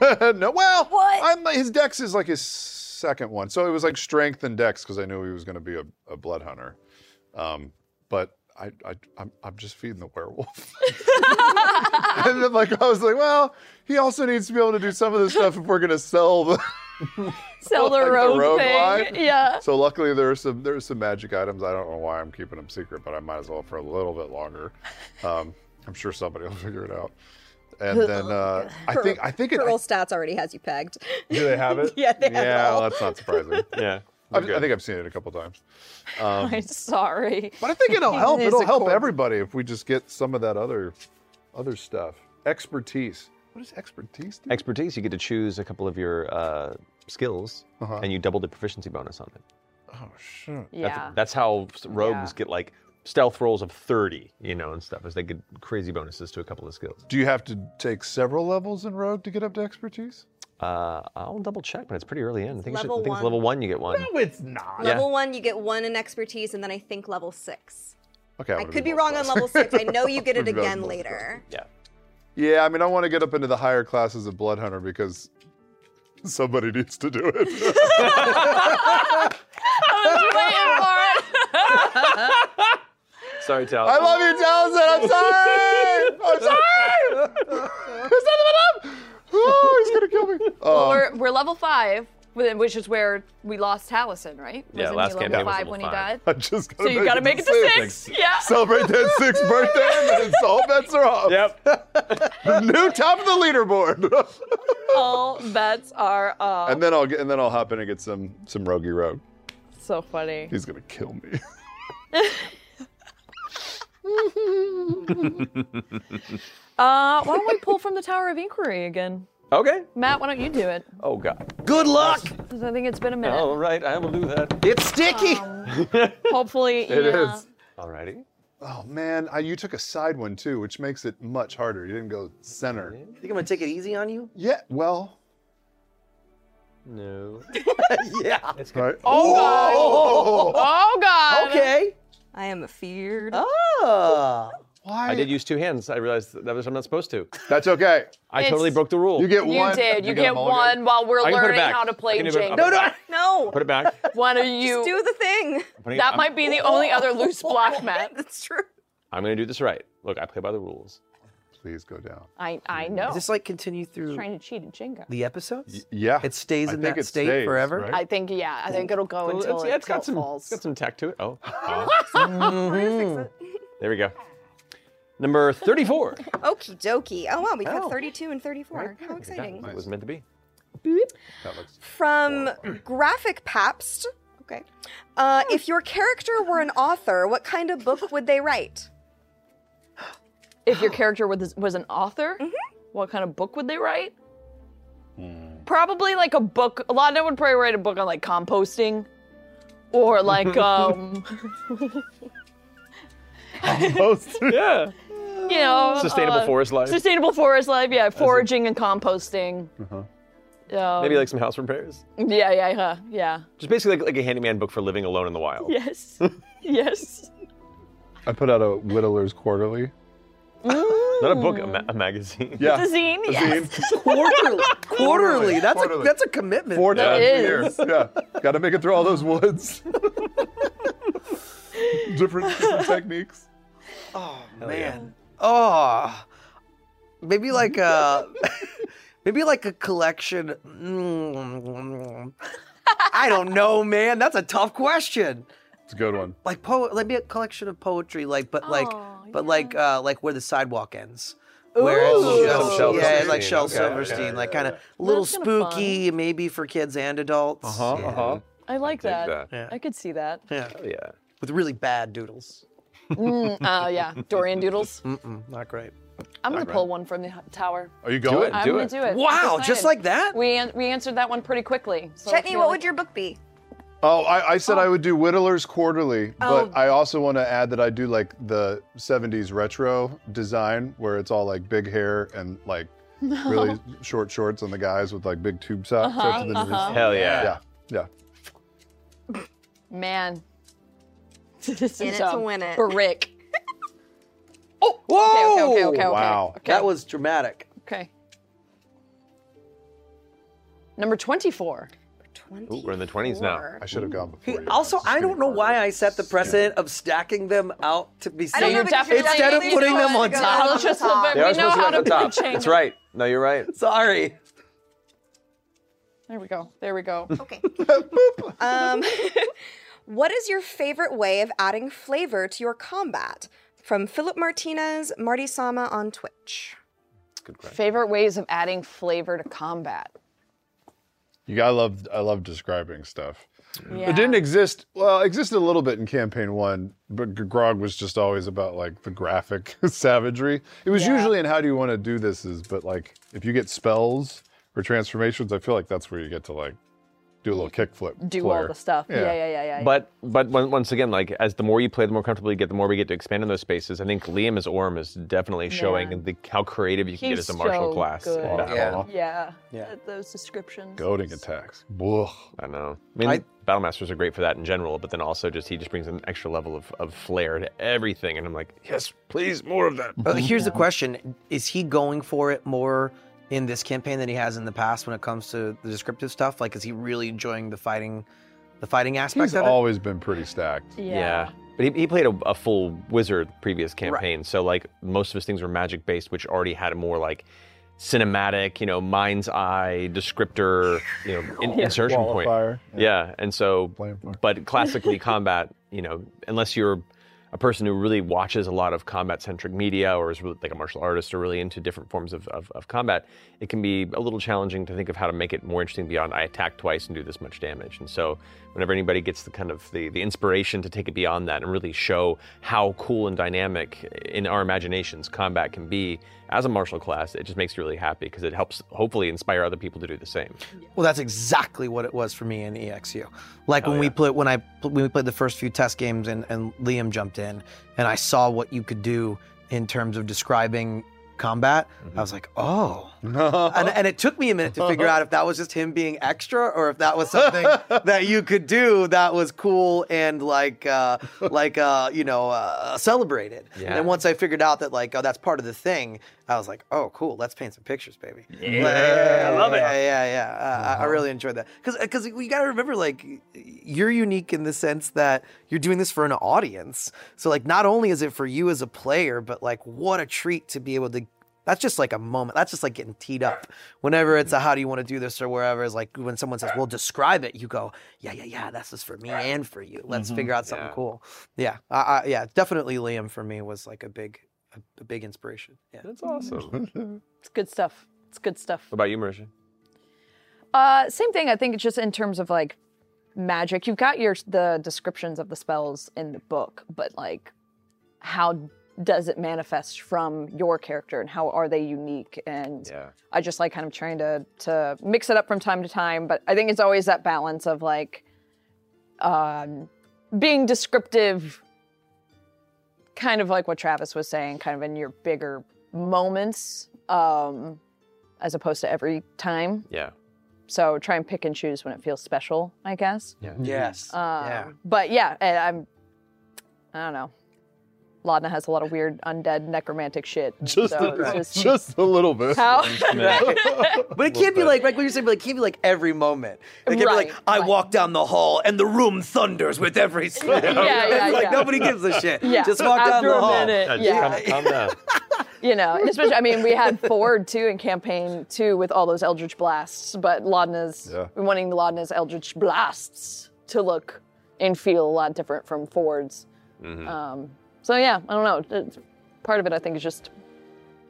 Speaker 4: no. Well,
Speaker 2: What?
Speaker 4: I'm, his dex is like his second one. So it was like strength and dex because I knew he was going to be a, a blood hunter. Um, but I, I, I'm, I'm just feeding the werewolf. and then, like, I was like, well, he also needs to be able to do some of this stuff if we're going to sell the.
Speaker 2: Sell the
Speaker 4: like the
Speaker 2: rogue,
Speaker 4: rogue
Speaker 2: thing.
Speaker 4: line?
Speaker 2: Yeah.
Speaker 4: So luckily, there's some there's some magic items. I don't know why I'm keeping them secret, but I might as well for a little bit longer. Um, I'm sure somebody will figure it out. And then uh, I think I think it.
Speaker 5: Pearl Stats already has you pegged.
Speaker 4: Do they have it?
Speaker 5: Yeah, they have it
Speaker 4: Yeah,
Speaker 5: all.
Speaker 4: well, that's not surprising.
Speaker 3: Yeah.
Speaker 4: I, I think I've seen it a couple times. Um,
Speaker 2: I'm sorry.
Speaker 4: But I think it'll help.
Speaker 2: is
Speaker 4: It'll
Speaker 2: a
Speaker 4: help
Speaker 2: corn.
Speaker 4: everybody if we just get some of that other, other stuff. Expertise. What is expertise? Do?
Speaker 3: Expertise. You get to choose a couple of your uh, skills, and you double the proficiency bonus on it.
Speaker 4: Uh-huh. oh shit.
Speaker 3: That's,
Speaker 2: Yeah.
Speaker 3: that's how s- rogues
Speaker 2: Yeah.
Speaker 3: get like stealth rolls of 30, you know, and stuff, as they get crazy bonuses to a couple of skills.
Speaker 4: Do you have to take several levels in Rogue to get up to expertise?
Speaker 3: Uh, I'll double check, but it's pretty early in. I think,
Speaker 5: Level
Speaker 3: it's, I think it's
Speaker 5: one.
Speaker 3: level one. You get one.
Speaker 10: No, it's not.
Speaker 5: Level one, you get one in expertise, and then I think level six.
Speaker 4: Okay.
Speaker 5: I could be wrong on level six. I know you get it
Speaker 4: We've got
Speaker 5: again
Speaker 4: multiple.
Speaker 5: later.
Speaker 3: Yeah.
Speaker 4: Yeah, I mean, I want to get up into the higher classes of Blood Hunter because somebody needs to do it.
Speaker 2: I was waiting for it.
Speaker 3: Sorry, Tal.
Speaker 4: I love you, Townsend. I'm sorry. I'm sorry. Is that the up? Oh, he's gonna kill me. Um,
Speaker 2: we're, we're level five, whi- which is where we lost Taliesin, right?
Speaker 3: Yeah,
Speaker 2: Wasn't
Speaker 3: last
Speaker 2: he level
Speaker 3: campaign was
Speaker 2: five
Speaker 3: level
Speaker 2: when he
Speaker 3: five.
Speaker 2: died?
Speaker 4: I just
Speaker 2: So
Speaker 4: gotta
Speaker 2: you got to make it to six. Yeah.
Speaker 4: Celebrate that sixth birthday, and then it's all bets are off.
Speaker 3: Yep.
Speaker 4: New top of the leaderboard.
Speaker 2: All bets are off.
Speaker 4: and then I'll get, and then I'll hop in and get some some roguey rogue.
Speaker 2: so funny.
Speaker 4: He's gonna kill me.
Speaker 2: Uh, why don't we pull from the Tower of Inquiry again?
Speaker 3: okay.
Speaker 2: Matt, why don't you do it?
Speaker 3: Oh, God.
Speaker 6: Good luck.
Speaker 2: 'Cause I think it's been a minute.
Speaker 3: All right. I will do that.
Speaker 6: It's sticky.
Speaker 2: Hopefully,
Speaker 4: It is.
Speaker 2: yeah.
Speaker 3: Alrighty.
Speaker 4: Oh man, I, you took a side one too, which makes it much harder. You didn't go center.
Speaker 6: you think I'm gonna take it easy on you?
Speaker 4: Yeah. Well.
Speaker 3: No.
Speaker 6: yeah.
Speaker 3: It's good.
Speaker 4: Right. Oh.
Speaker 2: Oh God.
Speaker 6: Okay.
Speaker 5: I am feared.
Speaker 6: Oh.
Speaker 4: Why?
Speaker 3: I did use two hands. I realized that was I'm not supposed to.
Speaker 4: That's okay.
Speaker 3: I
Speaker 2: It's-
Speaker 3: totally broke the rule.
Speaker 4: You get
Speaker 2: You
Speaker 4: one.
Speaker 2: did. You, get
Speaker 4: them all again.
Speaker 2: one while we're
Speaker 3: I can put it
Speaker 2: learning
Speaker 3: back.
Speaker 2: how to
Speaker 3: I
Speaker 2: play
Speaker 3: can even-
Speaker 2: Jenga.
Speaker 3: I'll put it back.
Speaker 5: No,
Speaker 3: Put it back.
Speaker 2: One of you.
Speaker 5: do the thing.
Speaker 3: I'm putting it-
Speaker 2: that
Speaker 3: I'm-
Speaker 2: might be the only other loose block, Matt.
Speaker 5: That's true.
Speaker 3: I'm going to do this right. Look, I play by the rules.
Speaker 4: Please go down.
Speaker 2: I I know.
Speaker 6: Does this like continue through
Speaker 2: trying to cheat at Jenga.
Speaker 6: the episodes?
Speaker 4: Yeah.
Speaker 6: It stays
Speaker 4: I
Speaker 6: in
Speaker 4: think
Speaker 6: that
Speaker 4: it
Speaker 6: state
Speaker 4: stays,
Speaker 6: forever?
Speaker 4: right?
Speaker 2: I think yeah. I think it'll go
Speaker 3: Well,
Speaker 2: until
Speaker 3: it's- yeah, it's
Speaker 2: until
Speaker 3: got
Speaker 2: it
Speaker 3: some
Speaker 2: falls.
Speaker 3: it's got some tact to it. Oh. Mhm. there we go. Number 34.
Speaker 5: Okie dokie. Oh wow, we've
Speaker 3: Oh.
Speaker 5: got 32 and 34. How
Speaker 3: Look at that.
Speaker 5: exciting.
Speaker 3: It was meant to be.
Speaker 4: That looks-
Speaker 5: From Graphic Papst. Okay. Uh, if your character were an author, what kind of book would they write?
Speaker 2: if your character was was an author, what kind of book would they write? Hmm. Probably like a book. A lot of them would probably write a book on like composting, or like um,
Speaker 3: yeah.
Speaker 2: you know,
Speaker 3: Sustainable
Speaker 2: uh,
Speaker 3: forest life.
Speaker 2: Uh-huh. Sustainable forest life. Yeah, foraging and composting. Um,
Speaker 3: Maybe like some house repairs.
Speaker 2: Yeah, yeah, huh, yeah.
Speaker 3: Just basically like, like a handyman book for living alone in the wild.
Speaker 2: Yes. yes.
Speaker 4: I put out a Whittler's Quarterly.
Speaker 3: Not a book, a, ma- a magazine.
Speaker 4: Yeah.
Speaker 2: It's a zine, yes.
Speaker 6: quarterly, quarterly. That's
Speaker 4: Quarterly.
Speaker 6: a that's a commitment.
Speaker 4: Four times a year.
Speaker 2: is.
Speaker 4: Yeah. Got to make it through all those woods. different, different techniques.
Speaker 6: Oh man. Oh. Maybe like a maybe like a collection. Mm. I don't know, man. That's a tough question.
Speaker 4: It's a good one.
Speaker 6: Like po like be a collection of poetry, like but like
Speaker 2: Oh,
Speaker 6: but like uh like where the sidewalk ends. Where it's
Speaker 2: Ooh.
Speaker 6: just-
Speaker 3: Shel
Speaker 6: yeah,
Speaker 3: Silverstein.
Speaker 6: like Shel
Speaker 3: Okay,
Speaker 6: Silverstein,
Speaker 3: yeah,
Speaker 6: like
Speaker 3: yeah,
Speaker 6: kind of little
Speaker 2: That's kinda fun.
Speaker 6: spooky, maybe for kids and adults.
Speaker 4: Uh-huh,
Speaker 6: yeah.
Speaker 4: uh-huh.
Speaker 2: I like
Speaker 3: dig
Speaker 2: that.
Speaker 3: that.
Speaker 6: Yeah.
Speaker 2: I could see that.
Speaker 6: Yeah,
Speaker 3: Oh, yeah.
Speaker 6: with really bad doodles.
Speaker 2: Mm, uh, yeah, Dorian Doodles.
Speaker 6: Mm-mm, not great.
Speaker 2: I'm going to pull one from the h- tower.
Speaker 4: Are you going?
Speaker 3: it.
Speaker 2: I'm
Speaker 3: Do
Speaker 2: going to do it.
Speaker 6: Wow,
Speaker 2: I'm
Speaker 6: just
Speaker 2: excited.
Speaker 6: like that?
Speaker 2: We, an- we answered that one pretty quickly. So
Speaker 11: Chetney, what would your book be?
Speaker 4: Oh, I, I said I would do Whittler's Quarterly, but
Speaker 11: Oh.
Speaker 4: I also want to add that I do like the 70s retro design where it's all like big hair and like really short shorts on the guys with like big tube socks
Speaker 2: Uh-huh,
Speaker 4: up to the knees.
Speaker 3: Hell yeah.
Speaker 4: Yeah, yeah.
Speaker 2: Man. This
Speaker 11: In
Speaker 2: is um,
Speaker 11: it to
Speaker 2: a
Speaker 11: win it.
Speaker 2: Brick. Oh,
Speaker 6: Whoa!
Speaker 2: Okay, okay, okay, okay.
Speaker 4: Wow.
Speaker 2: okay.
Speaker 6: That was dramatic.
Speaker 2: Okay. Number 24.
Speaker 3: Ooh, we're in the 20s now.
Speaker 4: I should have gone before. you.
Speaker 6: Also,
Speaker 4: That's
Speaker 6: I don't
Speaker 4: pretty
Speaker 6: know
Speaker 4: hard.
Speaker 6: why I set the precedent of stacking them out to be
Speaker 11: I don't
Speaker 6: seen
Speaker 11: know because you're
Speaker 6: instead of
Speaker 11: like,
Speaker 6: putting them on
Speaker 11: go
Speaker 6: top.
Speaker 11: on
Speaker 2: Just a
Speaker 11: top.
Speaker 2: bit-
Speaker 3: They are
Speaker 2: we know
Speaker 3: supposed to be
Speaker 2: how
Speaker 3: at
Speaker 2: to
Speaker 3: the top.
Speaker 2: change.
Speaker 3: That's right. No, you're right.
Speaker 6: Sorry.
Speaker 2: There we go. There we go.
Speaker 11: Okay. um,
Speaker 5: What is your favorite way of adding flavor to your combat? From Philip Martinez, Marty Sama on Twitch.
Speaker 2: Favorite ways of adding flavor to combat.
Speaker 4: You got love. I love describing stuff.
Speaker 2: Yeah.
Speaker 4: It didn't exist. Well, it existed a little bit in campaign one, but G- Grog was just always about like the graphic savagery. It was usually in how do you want to do this is, but like if you get spells or transformations, I feel like that's where you get to like do a little kickflip.
Speaker 2: Do
Speaker 4: flare.
Speaker 2: all the stuff. Yeah, yeah, yeah, yeah. yeah.
Speaker 3: But but on- once again, like as the more you play, the more comfortable you get, the more we get to expand in those spaces. I think Liam as Orm is definitely showing the, how creative you can get
Speaker 2: He's
Speaker 3: as a martial
Speaker 2: so
Speaker 3: class. in
Speaker 2: good.
Speaker 3: battle.
Speaker 6: Yeah.
Speaker 2: yeah.
Speaker 6: Yeah.
Speaker 2: Those descriptions.
Speaker 4: Goading attacks. Blah.
Speaker 3: I know. I mean,
Speaker 6: I-
Speaker 3: battle masters are great for that in general, but then also just he just brings an extra level of, of flair to everything, and I'm like, yes, please, more of that.
Speaker 6: Uh, here's the question: Is he going for it more in this campaign than he has in the past when it comes to the descriptive stuff? Like, is he really enjoying the fighting, the fighting aspect
Speaker 4: He's
Speaker 6: of it?
Speaker 4: always been pretty stacked.
Speaker 2: Yeah.
Speaker 3: But he, he played a, a full wizard previous campaign, so like most of his things were magic based, which already had a more like cinematic, you know, mind's eye descriptor, you know, in, insertion
Speaker 4: Wall of
Speaker 3: point.
Speaker 4: fire.
Speaker 3: Yeah, and so,
Speaker 4: Flame fire.
Speaker 3: but classically combat, you know, unless you're a person who really watches a lot of combat-centric media or is really, like a martial artist or really into different forms of, of, of combat, it can be a little challenging to think of how to make it more interesting beyond I attack twice and do this much damage. And so, whenever anybody gets the kind of the, the inspiration to take it beyond that and really show how cool and dynamic in our imaginations combat can be as a martial class, it just makes you really happy because it helps hopefully inspire other people to do the same.
Speaker 6: Well, that's exactly what it was for me in EXU. Like when we played, when I when we played the first few test games, and, and Liam jumped in, and I saw what you could do in terms of describing combat. I was like, oh.
Speaker 4: Uh-huh.
Speaker 6: And, and it took me a minute to figure out if that was just him being extra or if that was something that you could do that was cool and like uh, like uh, you know uh, celebrated. And
Speaker 3: Yeah.
Speaker 6: then once I figured out that like oh that's part of the thing, I was like oh cool let's paint some pictures, baby. Yeah, I love it. Yeah, yeah, yeah. Uh,
Speaker 3: Uh-huh.
Speaker 6: I I really enjoyed that uh, because because you got to remember like you're unique in the sense that you're doing this for an audience. So like not only is it for you as a player, but like what a treat to be able to that's just like a moment. That's just like getting teed up. Whenever it's a how do you want to do this or wherever, it's like when someone says, well, describe it, you go, yeah, yeah, yeah, that's just for me and for you. Let's figure out something
Speaker 3: Mm-hmm. Yeah.
Speaker 6: cool. Yeah. I, I, yeah. Definitely Liam for me was like a big, a, a big inspiration. Yeah.
Speaker 3: That's awesome. what
Speaker 2: It's good stuff. It's good stuff.
Speaker 3: about you, Marisha?
Speaker 2: Uh, same thing. I think it's just in terms of like magic. You've got your the descriptions of the spells in the book, but like, how does it manifest from your character, and how are they unique? And
Speaker 3: Yeah.
Speaker 2: I just like kind of trying to to mix it up from time to time. But I think it's always that balance of like, um, being descriptive, kind of like what Travis was saying, kind of in your bigger moments, um, as opposed to every time
Speaker 3: Yeah.
Speaker 2: So try and pick and choose when it feels special, I guess.
Speaker 3: Yeah.
Speaker 6: Yes.
Speaker 2: Um,
Speaker 6: Yeah.
Speaker 2: But yeah, and I'm. I don't know. Laudna has a lot of weird undead necromantic shit.
Speaker 12: Just,
Speaker 2: so
Speaker 12: a,
Speaker 2: it's
Speaker 12: just, a little bit.
Speaker 2: How?
Speaker 6: but it can't be like like what you're saying. But it can't be like every moment. It can't be like I walk down the hall and the room thunders with every sound.
Speaker 2: yeah,
Speaker 6: It's like
Speaker 2: yeah.
Speaker 6: nobody gives a shit.
Speaker 2: Yeah.
Speaker 6: Just walk down
Speaker 2: After
Speaker 6: the
Speaker 2: a
Speaker 6: hall.
Speaker 2: minute, yeah.
Speaker 3: Calm, calm down.
Speaker 2: you know, and especially I mean, we had Ford too in campaign two with all those Eldritch blasts, but Laudna's
Speaker 3: Yeah.
Speaker 2: wanting Laudna's Eldritch blasts to look and feel a lot different from Ford's. Um, so yeah, I don't know. It's- part of it, I think, is just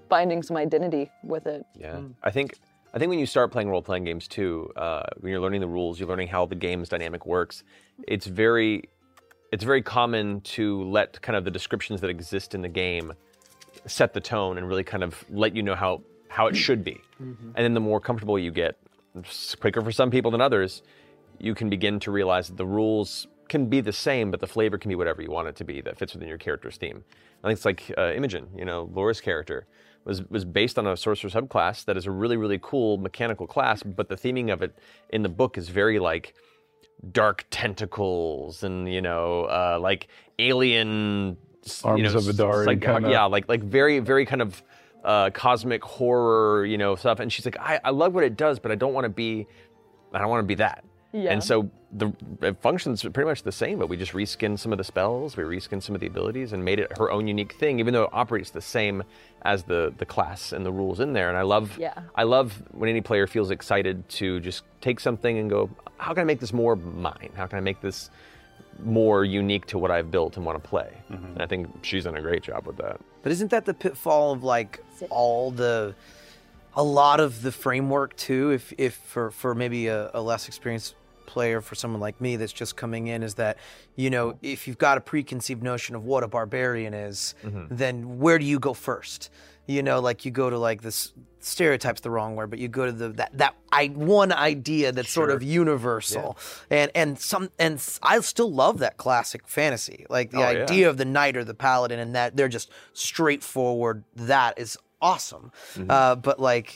Speaker 2: finding some identity with it.
Speaker 3: Yeah, I think I think when you start playing role playing games too, uh, when you're learning the rules, you're learning how the game's dynamic works. It's very it's very common to let kind of the descriptions that exist in the game set the tone and really kind of let you know how how it should be. And then the more comfortable you get, s- quicker for some people than others, you can begin to realize that the rules can be the same, but the flavor can be whatever you want it to be that fits within your character's theme. I think it's like uh, Imogen, you know, Laura's character was was based on a sorcerer subclass that is a really really cool mechanical class, but the theming of it in the book is very like dark tentacles and you know uh, like alien s- you
Speaker 4: Arms
Speaker 3: know,
Speaker 4: of Adari
Speaker 3: like,
Speaker 4: kinda.
Speaker 3: yeah like like very very kind of uh, cosmic horror you know stuff and she's like I, I love what it does but I don't want to be I don't want to be that
Speaker 2: Yeah.
Speaker 3: and so the it functions pretty much the same but we just reskinned some of the spells we reskinned some of the abilities and made it her own unique thing even though it operates the same as the the class and the rules in there and I love
Speaker 2: Yeah.
Speaker 3: I love when any player feels excited to just take something and go, how can I make this more mine? How can I make this more unique to what I've built and want to play? And I think she's done a great job with that.
Speaker 6: But isn't that the pitfall of like all the a lot of the framework too? If if for for maybe a, a less experienced player for someone like me that's just coming in is that you know if you've got a preconceived notion of what a barbarian is
Speaker 13: Mm-hmm.
Speaker 6: then where do you go first you know like you go to like this stereotypes the wrong word but you go to the that, that i one idea that's sort of universal and and some and s- i still love that classic fantasy like the
Speaker 13: Oh, yeah.
Speaker 6: idea idea of the knight or the paladin and that they're just straightforward that is awesome uh, but like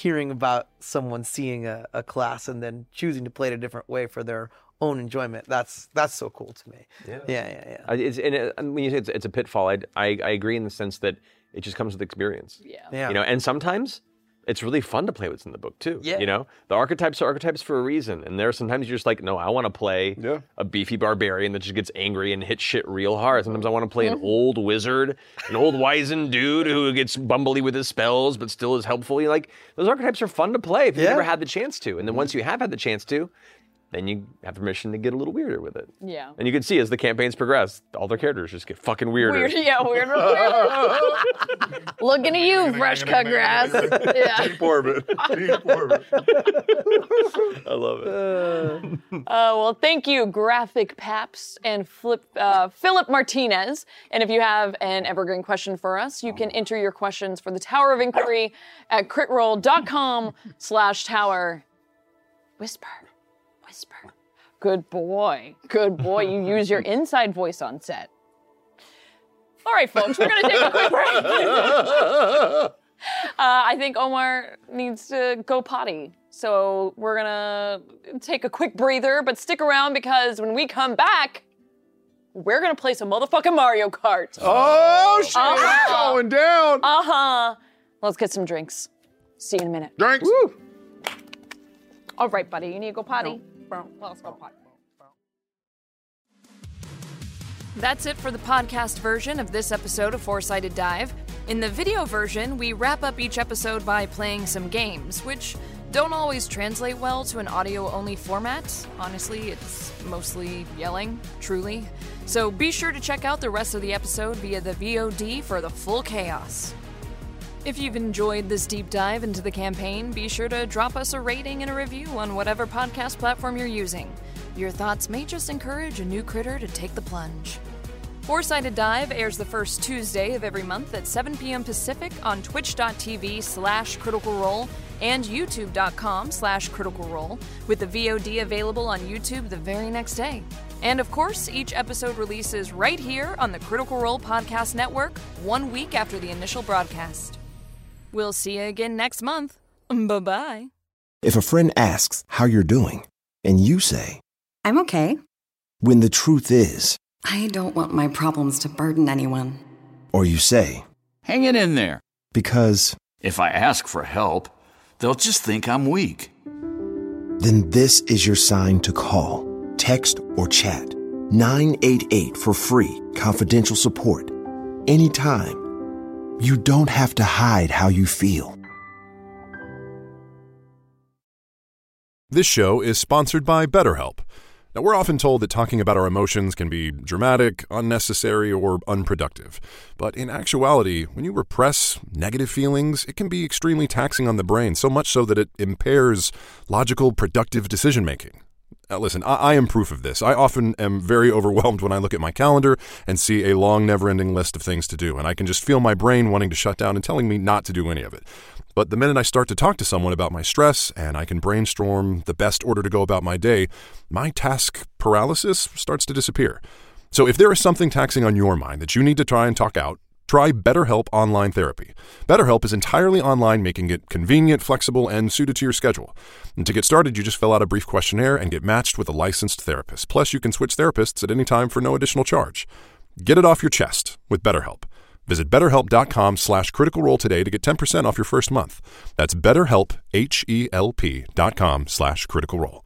Speaker 6: hearing about someone seeing a, a class and then choosing to play it a different way for their own enjoyment that's that's so cool to me yeah yeah yeah,
Speaker 3: I- It's, and, it, and when you say it's, it's a pitfall, I, I, I agree in the sense that it just comes with experience. Yeah.
Speaker 6: Yeah.
Speaker 3: You know, and sometimes it's really fun to play what's in the book too.
Speaker 6: Yeah.
Speaker 3: You know, the archetypes are archetypes for a reason, and there are sometimes you're just like, no, I want to play a beefy barbarian that just gets angry and hits shit real hard. Sometimes I want to play an old wizard, an old wizened dude who gets bumbly with his spells but still is helpful. You like those archetypes are fun to play if you have never had the chance to, and then once you have had the chance to. Then you have permission to get a little weirder with it.
Speaker 2: Yeah.
Speaker 3: And you can see as the campaigns progress, all their characters just get fucking weirder.
Speaker 2: Weird, yeah, weird. Looking at you, fresh cut grass. yeah.
Speaker 3: orbit. Deep orbit. I love it.
Speaker 2: Uh, well, thank you, Graphic Paps and Flip, uh, Philip Martinez. And if you have an evergreen question for us, you can enter your questions for the Tower of Inquiry at critroll.com slash tower. Whisper, whisper. Good boy, good boy. You use your inside voice on set. All right, folks, we're going to take a quick break.
Speaker 4: Oh,
Speaker 2: uh, I think Omar needs to go potty. So we're going to take a quick breather, but stick around because when we come back, we're going to play some motherfucking Mario Kart.
Speaker 12: Oh, shit,
Speaker 2: Uh-huh.
Speaker 12: it's going down.
Speaker 2: Uh huh. Let's get some drinks. See you in a minute.
Speaker 12: Drinks.
Speaker 2: All right, buddy, you need to go potty. Let's go potty.
Speaker 14: That's it for the podcast version of this episode of Four Sided Dive. In the video version, we wrap up each episode by playing some games, which don't always translate well to an audio only format. Honestly, it's mostly yelling, truly. So be sure to check out the rest of the episode via the VOD for the full chaos. If you've enjoyed this deep dive into the campaign, be sure to drop us a rating and a review on whatever podcast platform you're using. Your thoughts may just encourage a new critter to take the plunge. Four Sided Dive airs the first Tuesday of every month at 7 p.m. Pacific on twitch.tv slash critical role and youtube.com slash critical role, with the VOD available on YouTube the very next day. And of course, each episode releases right here on the Critical Role Podcast Network one week after the initial broadcast. We'll see you again next month. Bye bye.
Speaker 15: If a friend asks how you're doing, and you say,
Speaker 16: I'm okay.
Speaker 15: when the truth is,
Speaker 16: I don't want my problems to burden anyone.
Speaker 15: or you say,
Speaker 9: Hang it in there.
Speaker 15: because,
Speaker 9: If I ask for help, they'll just think I'm weak.
Speaker 15: then this is your sign to call, text, or chat 988 for free, confidential support, anytime. You don't have to hide how you feel.
Speaker 4: This show is sponsored by BetterHelp. Now, we're often told that talking about our emotions can be dramatic, unnecessary, or unproductive. But in actuality, when you repress negative feelings, it can be extremely taxing on the brain, so much so that it impairs logical, productive decision making. Now, Uh, listen, I, I am proof of this. I often am very overwhelmed when I look at my calendar and see a long, never ending list of things to do, and I can just feel my brain wanting to shut down and telling me not to do any of it. But the minute I start to talk to someone about my stress and I can brainstorm the best order to go about my day, my task paralysis starts to disappear. So if there is something taxing on your mind that you need to try and talk out, Try BetterHelp Online Therapy. BetterHelp is entirely online, making it convenient, flexible, and suited to your schedule. And to get started, you just fill out a brief questionnaire and get matched with a licensed therapist. Plus, you can switch therapists at any time for no additional charge. Get it off your chest with BetterHelp. Visit betterhelp.com slash critical role today to get E 10% off your first month. That's betterhelp, H-E-L-P dot com slash critical role.